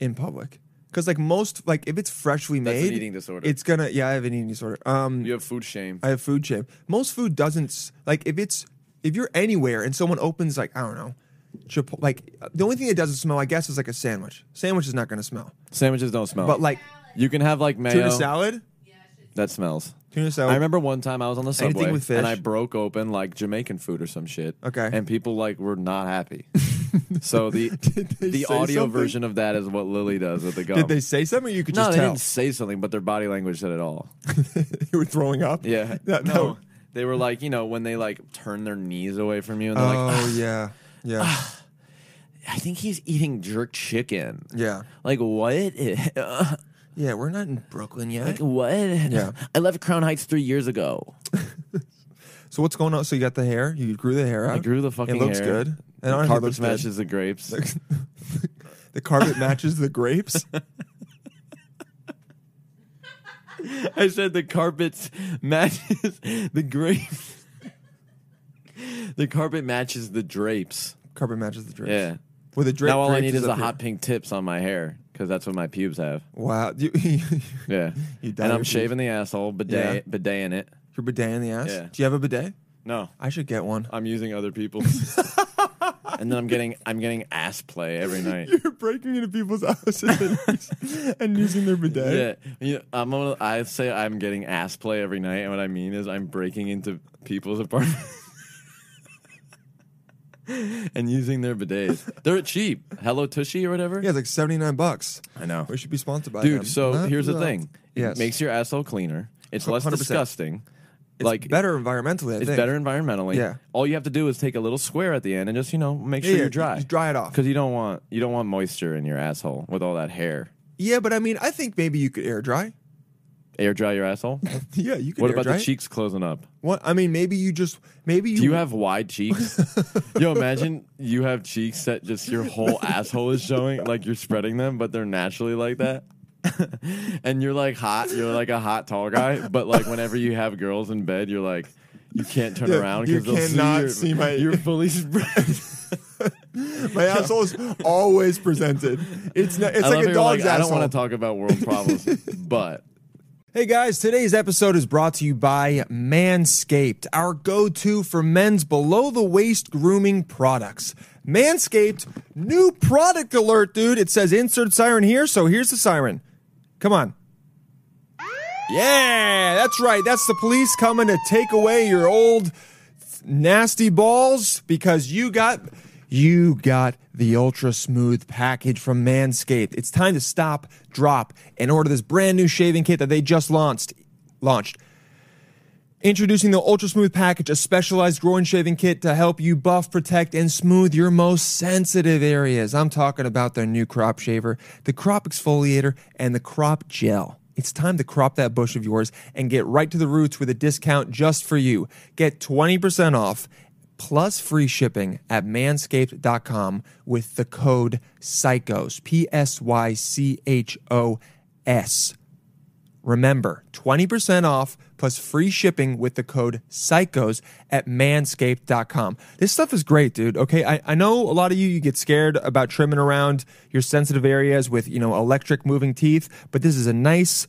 Speaker 4: in public because like most like if it's freshly
Speaker 5: That's an
Speaker 4: made,
Speaker 5: eating disorder.
Speaker 4: It's gonna yeah, I have an eating disorder. Um,
Speaker 5: You have food shame.
Speaker 4: I have food shame. Most food doesn't s- like if it's if you're anywhere and someone opens like I don't know, Chipotle. Like the only thing that doesn't smell, I guess, is like a sandwich. Sandwich is not going to smell,
Speaker 5: Sandwiches don't smell.
Speaker 4: but like
Speaker 5: you can have like mayo
Speaker 4: tuna salad,
Speaker 5: that smells.
Speaker 4: tuna salad.
Speaker 5: I remember one time I was on the
Speaker 4: Anything
Speaker 5: subway
Speaker 4: with fish.
Speaker 5: and I broke open like Jamaican food or some shit.
Speaker 4: Okay.
Speaker 5: and people like were not happy. so the
Speaker 4: they
Speaker 5: the
Speaker 4: say
Speaker 5: audio
Speaker 4: something?
Speaker 5: version of that is what Lily does with the gum.
Speaker 4: Did they say something? Or you could
Speaker 5: no,
Speaker 4: just
Speaker 5: they
Speaker 4: tell
Speaker 5: didn't say something, but their body language said it all.
Speaker 4: you were throwing up.
Speaker 5: Yeah,
Speaker 4: That- that
Speaker 5: no,
Speaker 4: would-
Speaker 5: they were like you know when they like turn their knees away from you and they're like,
Speaker 4: oh yeah, yeah,
Speaker 5: I think he's eating jerk chicken.
Speaker 4: yeah,
Speaker 5: Like what?
Speaker 4: yeah. We're not in Brooklyn yet.
Speaker 5: what?
Speaker 4: Yeah.
Speaker 5: I left Crown Heights three years ago.
Speaker 4: So what's going on? So you got the hair? You grew the hair
Speaker 5: I
Speaker 4: out?
Speaker 5: grew the fucking
Speaker 4: It looks
Speaker 5: hair.
Speaker 4: good.
Speaker 5: The
Speaker 4: It honestly
Speaker 5: carpet
Speaker 4: looks good.
Speaker 5: matches the grapes.
Speaker 4: The carpet matches the grapes.
Speaker 5: I said the carpet matches the grapes. the carpet matches the drapes.
Speaker 4: Carpet matches the drapes.
Speaker 5: Yeah.
Speaker 4: With a drape.
Speaker 5: now all I
Speaker 4: drapes
Speaker 5: need is a
Speaker 4: up here.
Speaker 5: hot pink tips on my hair because that's what my pubes have.
Speaker 4: Wow. You,
Speaker 5: Yeah.
Speaker 4: You
Speaker 5: and
Speaker 4: dye your
Speaker 5: I'm
Speaker 4: pubes.
Speaker 5: shaving the asshole, bidet, bidet in it.
Speaker 4: Your bidet in the ass?
Speaker 5: Yeah. Uh,
Speaker 4: Do you have a bidet?
Speaker 5: No,
Speaker 4: I should get one.
Speaker 5: I'm using other people's. and then I'm getting I'm getting ass play every night.
Speaker 4: You're breaking into people's houses and, and using their
Speaker 5: Yeah,
Speaker 4: bidet.
Speaker 5: you know, I'm gonna, I say I'm getting ass play every night, and what I mean is I'm breaking into people's apartments and using their bidets. They're cheap. Hello Tushy or whatever.
Speaker 4: Yeah, it's like 79 bucks.
Speaker 5: I know.
Speaker 4: We should be sponsored by
Speaker 5: Dude,
Speaker 4: them.
Speaker 5: so
Speaker 4: Not
Speaker 5: here's the
Speaker 4: well.
Speaker 5: thing.
Speaker 4: Yes.
Speaker 5: It makes your asshole cleaner. It's less
Speaker 4: 100%.
Speaker 5: disgusting.
Speaker 4: It's
Speaker 5: like
Speaker 4: better environmentally, I
Speaker 5: It's
Speaker 4: think.
Speaker 5: better environmentally.
Speaker 4: Yeah.
Speaker 5: All you have to do is take a little square at the end and just you know make
Speaker 4: Yeah,
Speaker 5: sure
Speaker 4: yeah,
Speaker 5: you're dry.
Speaker 4: just dry it off.
Speaker 5: because you don't want you don't want moisture in your asshole with all that hair.
Speaker 4: Yeah, but I mean, I think maybe you could air dry.
Speaker 5: Air dry your asshole.
Speaker 4: Yeah, you could
Speaker 5: what
Speaker 4: air
Speaker 5: about
Speaker 4: dry.
Speaker 5: the
Speaker 4: it.
Speaker 5: cheeks closing up?
Speaker 4: What? I mean, maybe you just, maybe you.
Speaker 5: Do you have wide cheeks? Yo, imagine you have cheeks that just your whole asshole is showing, like you're spreading them, but they're naturally like that. and you're like hot, you're like a hot tall guy, but like whenever you have girls in bed, you're like you can't turn
Speaker 4: Yeah,
Speaker 5: around
Speaker 4: you
Speaker 5: because they'll see,
Speaker 4: cannot see
Speaker 5: your,
Speaker 4: my-
Speaker 5: you're fully spread.
Speaker 4: My asshole's always presented. It's not, it's
Speaker 5: I love
Speaker 4: like a
Speaker 5: how you're
Speaker 4: dog's
Speaker 5: like, I
Speaker 4: asshole.
Speaker 5: don't want to talk about world problems, but
Speaker 4: Hey guys, today's episode is brought to you by Manscaped, our go to for men's below the waist grooming products. Manscaped, new product alert, dude. It says insert siren here, so here's the siren. Come on. Yeah, that's right. That's the police coming to take away your old nasty balls because you got you got the ultra smooth package from Manscaped. It's time to stop, drop, and order this brand new shaving kit that they just launched. Launched. Introducing the Ultra Smooth Package, a specialized groin shaving kit to help you buff, protect, and smooth your most sensitive areas. I'm talking about their new crop shaver, the crop exfoliator, and the crop gel. It's time to crop that bush of yours and get right to the roots with a discount just for you. Get 20% off plus free shipping at manscaped.com with the code PSYCHOS, P S Y C H O S. Remember, 20% off plus free shipping with the code PSYCHOS at manscaped.com. This stuff is great, dude. Okay. I, I know a lot of you, you get scared about trimming around your sensitive areas with, you know, electric moving teeth, but this is a nice,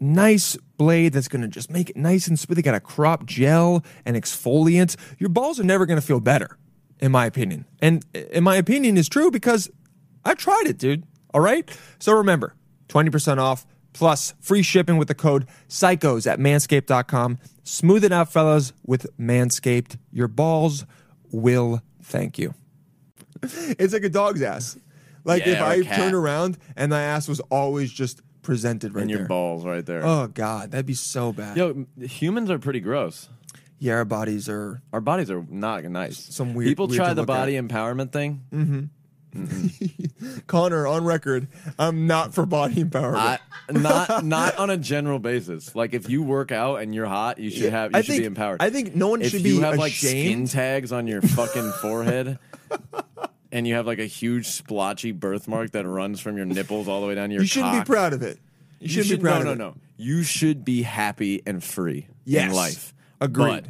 Speaker 4: nice blade that's going to just make it nice and smooth. They got a crop gel and exfoliant. Your balls are never going to feel better, in my opinion. And in my opinion is true because I tried it, dude. All right. So remember, 20% off plus free shipping with the code psychos at manscaped.com. Smooth it out, fellas, with Manscaped. Your balls will thank you. It's like a dog's ass. Like
Speaker 5: Yeah,
Speaker 4: if
Speaker 5: or a
Speaker 4: I
Speaker 5: cat.
Speaker 4: turned around and my ass was always just presented right
Speaker 5: and your
Speaker 4: there.
Speaker 5: balls right there.
Speaker 4: Oh God, that'd be so bad.
Speaker 5: Yo, m- humans are pretty gross.
Speaker 4: Yeah, our bodies are.
Speaker 5: Our bodies are not nice.
Speaker 4: Some weird-
Speaker 5: people
Speaker 4: weird
Speaker 5: try
Speaker 4: to
Speaker 5: the
Speaker 4: look at.
Speaker 5: body empowerment thing.
Speaker 4: Connor, on record, I'm not for body empowerment.
Speaker 5: I, not not on a general basis. Like if you work out and you're hot, you should have you
Speaker 4: I
Speaker 5: should
Speaker 4: think-
Speaker 5: be empowered.
Speaker 4: I think no one
Speaker 5: if
Speaker 4: should
Speaker 5: you
Speaker 4: be
Speaker 5: have like skin
Speaker 4: ashamed.
Speaker 5: tags on your fucking forehead. And you have like a huge splotchy birthmark that runs from your nipples all the way down to your.
Speaker 4: you shouldn't
Speaker 5: cock.
Speaker 4: be proud of it. You shouldn't
Speaker 5: should-
Speaker 4: be proud
Speaker 5: No,
Speaker 4: of
Speaker 5: no,
Speaker 4: it.
Speaker 5: no. You should be happy and free
Speaker 4: Yes.
Speaker 5: in life.
Speaker 4: Agreed.
Speaker 5: But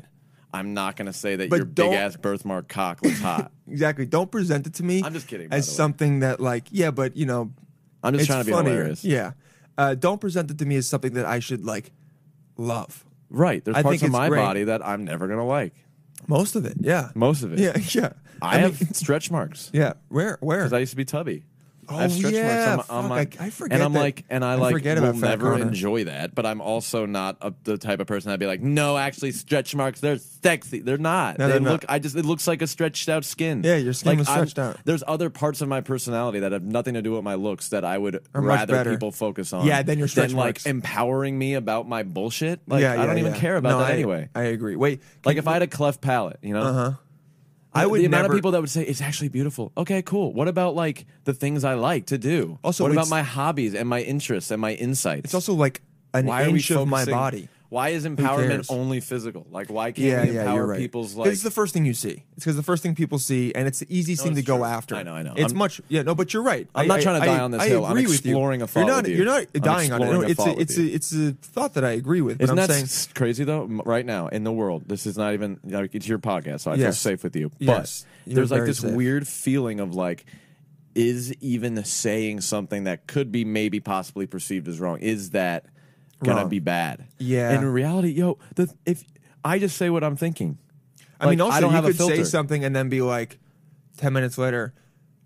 Speaker 5: I'm not going to say that
Speaker 4: But
Speaker 5: your
Speaker 4: don't-
Speaker 5: big ass birthmark cock looks hot.
Speaker 4: Exactly. Don't present it to me.
Speaker 5: I'm just kidding, by
Speaker 4: As
Speaker 5: the way.
Speaker 4: something that, like, yeah, but you know,
Speaker 5: I'm just
Speaker 4: it's
Speaker 5: trying to be
Speaker 4: funnier.
Speaker 5: hilarious.
Speaker 4: Yeah. Uh, don't present it to me as something that I should like love.
Speaker 5: Right. There's
Speaker 4: I
Speaker 5: parts
Speaker 4: think
Speaker 5: of
Speaker 4: it's
Speaker 5: my
Speaker 4: great.
Speaker 5: body that I'm never going to like.
Speaker 4: Most of it. Yeah.
Speaker 5: Most of it.
Speaker 4: Yeah. Yeah.
Speaker 5: I,
Speaker 4: mean,
Speaker 5: have stretch marks
Speaker 4: Yeah. Where? Where?
Speaker 5: because I used to be tubby.
Speaker 4: Oh,
Speaker 5: I have stretch
Speaker 4: yeah,
Speaker 5: marks on, on
Speaker 4: fuck,
Speaker 5: my.
Speaker 4: I- I forget
Speaker 5: And I'm
Speaker 4: that-
Speaker 5: like, and I
Speaker 4: I
Speaker 5: like
Speaker 4: forget
Speaker 5: will
Speaker 4: about Fat
Speaker 5: never
Speaker 4: Connor.
Speaker 5: enjoy that. But I'm also not a, the type of person that'd be like, no, actually, stretch marks, they're sexy. They're not.
Speaker 4: No,
Speaker 5: they
Speaker 4: they're not.
Speaker 5: look. I just it looks like a stretched out skin.
Speaker 4: Yeah, your skin
Speaker 5: Like,
Speaker 4: was
Speaker 5: I'm-
Speaker 4: stretched out.
Speaker 5: There's other parts of my personality that have nothing to do with my looks that I would
Speaker 4: Are much
Speaker 5: rather
Speaker 4: better.
Speaker 5: people focus on.
Speaker 4: Yeah, than your stretch
Speaker 5: than,
Speaker 4: marks.
Speaker 5: like empowering me about my bullshit. Like
Speaker 4: yeah,
Speaker 5: I don't
Speaker 4: yeah,
Speaker 5: even
Speaker 4: yeah.
Speaker 5: care about
Speaker 4: No,
Speaker 5: that
Speaker 4: I-
Speaker 5: anyway.
Speaker 4: I agree. Wait.
Speaker 5: Like if I had a cleft palate, you know.
Speaker 4: Uh-huh. I would
Speaker 5: the amount
Speaker 4: never-
Speaker 5: of people that would say it's actually beautiful. Okay, cool. What about like the things I like to do?
Speaker 4: Also,
Speaker 5: what about
Speaker 4: it's-
Speaker 5: my hobbies and my interests and my insights?
Speaker 4: It's also like an
Speaker 5: why are we
Speaker 4: inch of my
Speaker 5: focusing-
Speaker 4: body.
Speaker 5: Why is
Speaker 4: cares?
Speaker 5: empowerment only physical? Like why can't we empower people's like?
Speaker 4: it's the first thing you see. It's because the first thing people see, and it's the easiest
Speaker 5: No,
Speaker 4: thing to
Speaker 5: it's
Speaker 4: go
Speaker 5: true.
Speaker 4: after.
Speaker 5: I know, I know.
Speaker 4: It's
Speaker 5: I'm-
Speaker 4: much, yeah, no, but you're right.
Speaker 5: I'm
Speaker 4: I-
Speaker 5: not
Speaker 4: I-
Speaker 5: trying to die
Speaker 4: I-
Speaker 5: on this
Speaker 4: I
Speaker 5: hill. I'm
Speaker 4: agree with you.
Speaker 5: exploring a thought
Speaker 4: You're not,
Speaker 5: with you.
Speaker 4: are not
Speaker 5: I'm
Speaker 4: dying on it.
Speaker 5: exploring
Speaker 4: No,
Speaker 5: a
Speaker 4: it's
Speaker 5: thought
Speaker 4: a,
Speaker 5: with
Speaker 4: it's
Speaker 5: you.
Speaker 4: a, it's a thought that I agree with.
Speaker 5: isn't
Speaker 4: but I'm
Speaker 5: that
Speaker 4: saying,
Speaker 5: s- crazy though? M- Right now in the world, this is not even like it's your podcast, so I feel
Speaker 4: Yes.
Speaker 5: safe with you.
Speaker 4: Yes.
Speaker 5: But
Speaker 4: You're
Speaker 5: there's like
Speaker 4: very
Speaker 5: this
Speaker 4: safe.
Speaker 5: weird feeling of like, is even saying something that could be maybe possibly perceived as wrong? Is that gonna
Speaker 4: Wrong.
Speaker 5: be bad?
Speaker 4: Yeah.
Speaker 5: In reality, yo, the, if I just say what I'm thinking,
Speaker 4: I mean,
Speaker 5: Like,
Speaker 4: also
Speaker 5: I don't
Speaker 4: you
Speaker 5: have a
Speaker 4: could say
Speaker 5: filter.
Speaker 4: something and then be like, ten minutes later,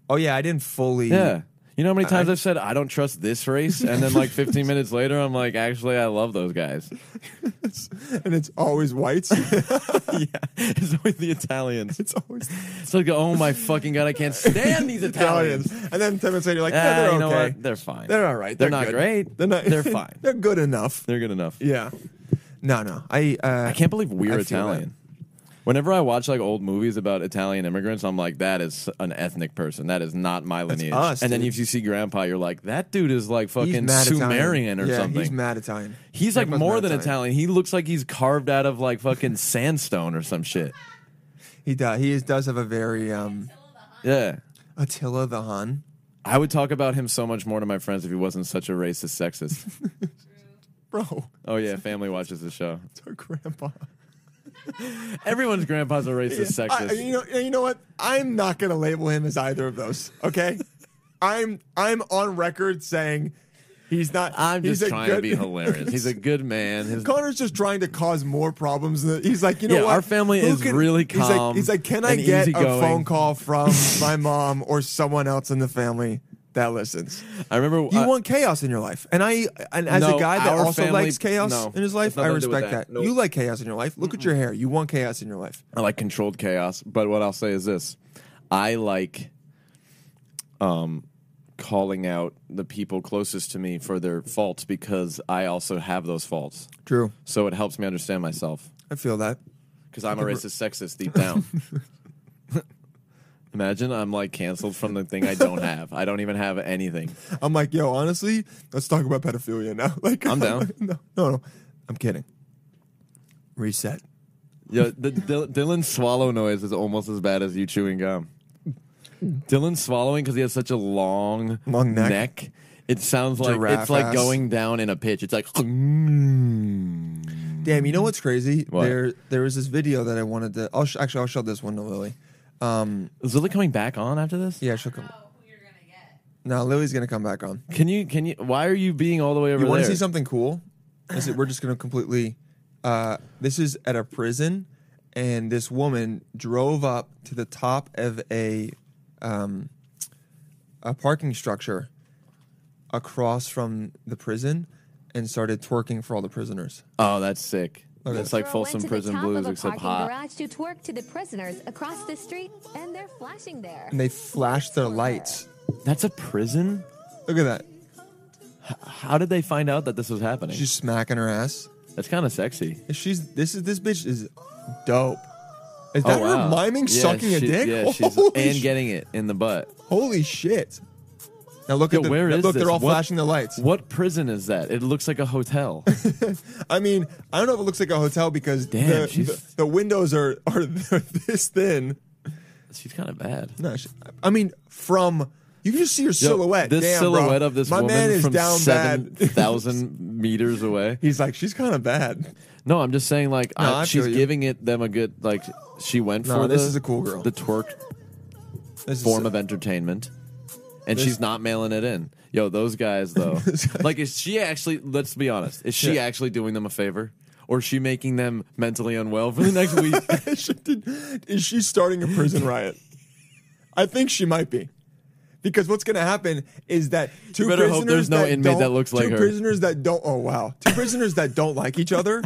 Speaker 4: oh yeah, I didn't fully.
Speaker 5: yeah. You know how many times I,
Speaker 4: I-
Speaker 5: have said I don't trust this race, and then like 15 minutes later, I'm like, actually, I love those guys.
Speaker 4: and it's always whites.
Speaker 5: yeah, it's always the Italians.
Speaker 4: it's always
Speaker 5: It's like, oh my fucking god, I can't stand these Italians.
Speaker 4: Italians. And then ten minutes later, you're like,
Speaker 5: Ah,
Speaker 4: yeah, they're
Speaker 5: you know
Speaker 4: okay.
Speaker 5: what? They're fine.
Speaker 4: They're all right.
Speaker 5: They're,
Speaker 4: They're
Speaker 5: not
Speaker 4: good.
Speaker 5: great.
Speaker 4: They're not.
Speaker 5: They're fine.
Speaker 4: they're good enough.
Speaker 5: They're good enough.
Speaker 4: Yeah. No, no. I uh,
Speaker 5: I can't believe we're
Speaker 4: I feel that.
Speaker 5: Italian. Whenever I watch like old movies about Italian immigrants, I'm like, that is an ethnic person. That is not my lineage.
Speaker 4: us,
Speaker 5: and then
Speaker 4: dude.
Speaker 5: if you see Grandpa, you're like, that dude is like fucking
Speaker 4: mad
Speaker 5: Sumerian
Speaker 4: Italian.
Speaker 5: or
Speaker 4: yeah,
Speaker 5: something.
Speaker 4: He's mad Italian.
Speaker 5: He's, like
Speaker 4: Grandpa's
Speaker 5: more
Speaker 4: mad
Speaker 5: than Italian.
Speaker 4: Italian.
Speaker 5: He looks like he's carved out of like fucking sandstone or some shit.
Speaker 4: He does. He is, does have a very um,
Speaker 7: Till the hunt.
Speaker 5: Yeah.
Speaker 4: Attila the Hun.
Speaker 5: I would talk about him so much more to my friends if he wasn't such a racist sexist.
Speaker 4: Bro,
Speaker 5: oh yeah, family watches the show.
Speaker 4: it's our grandpa.
Speaker 5: Everyone's grandpa's a racist sexist.
Speaker 4: I, you know, you know what? I'm not gonna label him as either of those. Okay, I'm I'm on record saying He's not.
Speaker 5: I'm
Speaker 4: he's
Speaker 5: just
Speaker 4: a
Speaker 5: trying to
Speaker 4: good-
Speaker 5: be hilarious. He's a good man. His,
Speaker 4: Connor's just trying to cause more problems. than- He's like, you know
Speaker 5: Yeah,
Speaker 4: what?
Speaker 5: our family
Speaker 4: Who
Speaker 5: is really
Speaker 4: he's like-
Speaker 5: calm
Speaker 4: He's like, can I
Speaker 5: and
Speaker 4: get a
Speaker 5: easygoing."
Speaker 4: phone call from my mom or someone else in the family that listens?
Speaker 5: I remember
Speaker 4: You
Speaker 5: I-
Speaker 4: want chaos in your life, and I, and as
Speaker 5: Uh, No,
Speaker 4: a guy that
Speaker 5: our
Speaker 4: also
Speaker 5: family-
Speaker 4: likes chaos
Speaker 5: no,
Speaker 4: in his
Speaker 5: it's
Speaker 4: life, I
Speaker 5: nothing to do with
Speaker 4: respect that.
Speaker 5: that. Nope.
Speaker 4: You like chaos in your life. Look at your hair. You want chaos in your life.
Speaker 5: I like controlled chaos, but what I'll say is this: I like um calling out the people closest to me for their faults because I also have those faults.
Speaker 4: True.
Speaker 5: So it helps me understand myself
Speaker 4: I feel that.
Speaker 5: because I'm a racist sexist deep down. Imagine I'm like canceled from the thing I don't have. I don't even have anything.
Speaker 4: I'm like, yo, honestly, let's talk about pedophilia now. Like,
Speaker 5: I'm down.
Speaker 4: no, no, no. I'm kidding. Reset.
Speaker 5: Yo, the Dil- Dylan's swallow noise is almost as bad as you chewing gum. Dylan's swallowing because he has such a long,
Speaker 4: Long neck.
Speaker 5: It sounds like
Speaker 4: Giraffe
Speaker 5: it's like
Speaker 4: ass.
Speaker 5: going down in a pitch. It's like
Speaker 4: Damn, you know what's crazy?
Speaker 5: What?
Speaker 4: There, there was this video that I wanted to. I'll sh- actually, I'll show this one to Lily.
Speaker 5: is Lily coming back on after this?
Speaker 4: Yeah, she'll
Speaker 7: know
Speaker 4: come.
Speaker 7: who you're gonna get.
Speaker 4: No, Lily's gonna come back on.
Speaker 5: Can you? Can you? Why are you being all the way over
Speaker 4: You want
Speaker 5: there?
Speaker 4: to see something cool? Is it, we're just gonna completely. Uh, this is at a prison, and this woman drove up to the top of a, um, a parking structure, across from the prison, and started twerking for all the prisoners.
Speaker 5: Oh, that's sick.
Speaker 4: Okay.
Speaker 5: That's like
Speaker 8: Girl
Speaker 5: Folsom
Speaker 8: went to the
Speaker 5: Prison
Speaker 8: top
Speaker 5: Blues
Speaker 8: of a
Speaker 5: except
Speaker 8: parking
Speaker 5: hot.
Speaker 8: garage to twerk to the prisoners across the street, and they're flashing there.
Speaker 4: And they flashed their lights.
Speaker 5: That's a prison.
Speaker 4: Look at that!
Speaker 5: How did they find out that this was happening?
Speaker 4: She's smacking her ass.
Speaker 5: that's kind of sexy.
Speaker 4: She's this is this bitch is dope. Is that
Speaker 5: oh, wow.
Speaker 4: her miming
Speaker 5: Yeah,
Speaker 4: sucking a
Speaker 5: she-
Speaker 4: dick?
Speaker 5: Yeah, she's,
Speaker 4: holy,
Speaker 5: and
Speaker 4: sh-
Speaker 5: getting it in the butt.
Speaker 4: holy shit! Now look
Speaker 5: Yo,
Speaker 4: at the,
Speaker 5: where is
Speaker 4: look.
Speaker 5: this?
Speaker 4: They're all
Speaker 5: What-
Speaker 4: flashing the lights.
Speaker 5: What prison is that? It looks like a hotel.
Speaker 4: I mean, I don't know if it looks like a hotel because
Speaker 5: Damn,
Speaker 4: the,
Speaker 5: she's-
Speaker 4: the, the windows are are this thin.
Speaker 5: She's kind of bad.
Speaker 4: No, she, I mean from you can just see her silhouette.
Speaker 5: This
Speaker 4: Damn, bro.
Speaker 5: silhouette of this
Speaker 4: My
Speaker 5: woman
Speaker 4: man is
Speaker 5: from
Speaker 4: down
Speaker 5: seven
Speaker 4: bad.
Speaker 5: thousand meters away.
Speaker 4: He's like, she's kind of bad.
Speaker 5: No, I'm just saying, like,
Speaker 4: No,
Speaker 5: I-
Speaker 4: I
Speaker 5: she's
Speaker 4: feel you.
Speaker 5: giving it them a good like. She went
Speaker 4: No,
Speaker 5: for
Speaker 4: this
Speaker 5: the-
Speaker 4: is a cool girl.
Speaker 5: The twerk
Speaker 4: This is-
Speaker 5: form of entertainment, and
Speaker 4: This-
Speaker 5: she's not mailing it in. Yo, those guys though.
Speaker 4: guy-
Speaker 5: like, is she actually? Let's be honest. Is she
Speaker 4: Yeah.
Speaker 5: actually doing them a favor, or is she making them mentally unwell for the next week?
Speaker 4: She did- is she starting a prison riot? I think she might be. Because what's going to happen is that two
Speaker 5: better
Speaker 4: prisoners
Speaker 5: hope there's no
Speaker 4: that
Speaker 5: inmate
Speaker 4: don't-
Speaker 5: that looks like
Speaker 4: two
Speaker 5: her.
Speaker 4: prisoners that don't oh wow two prisoners that don't like each other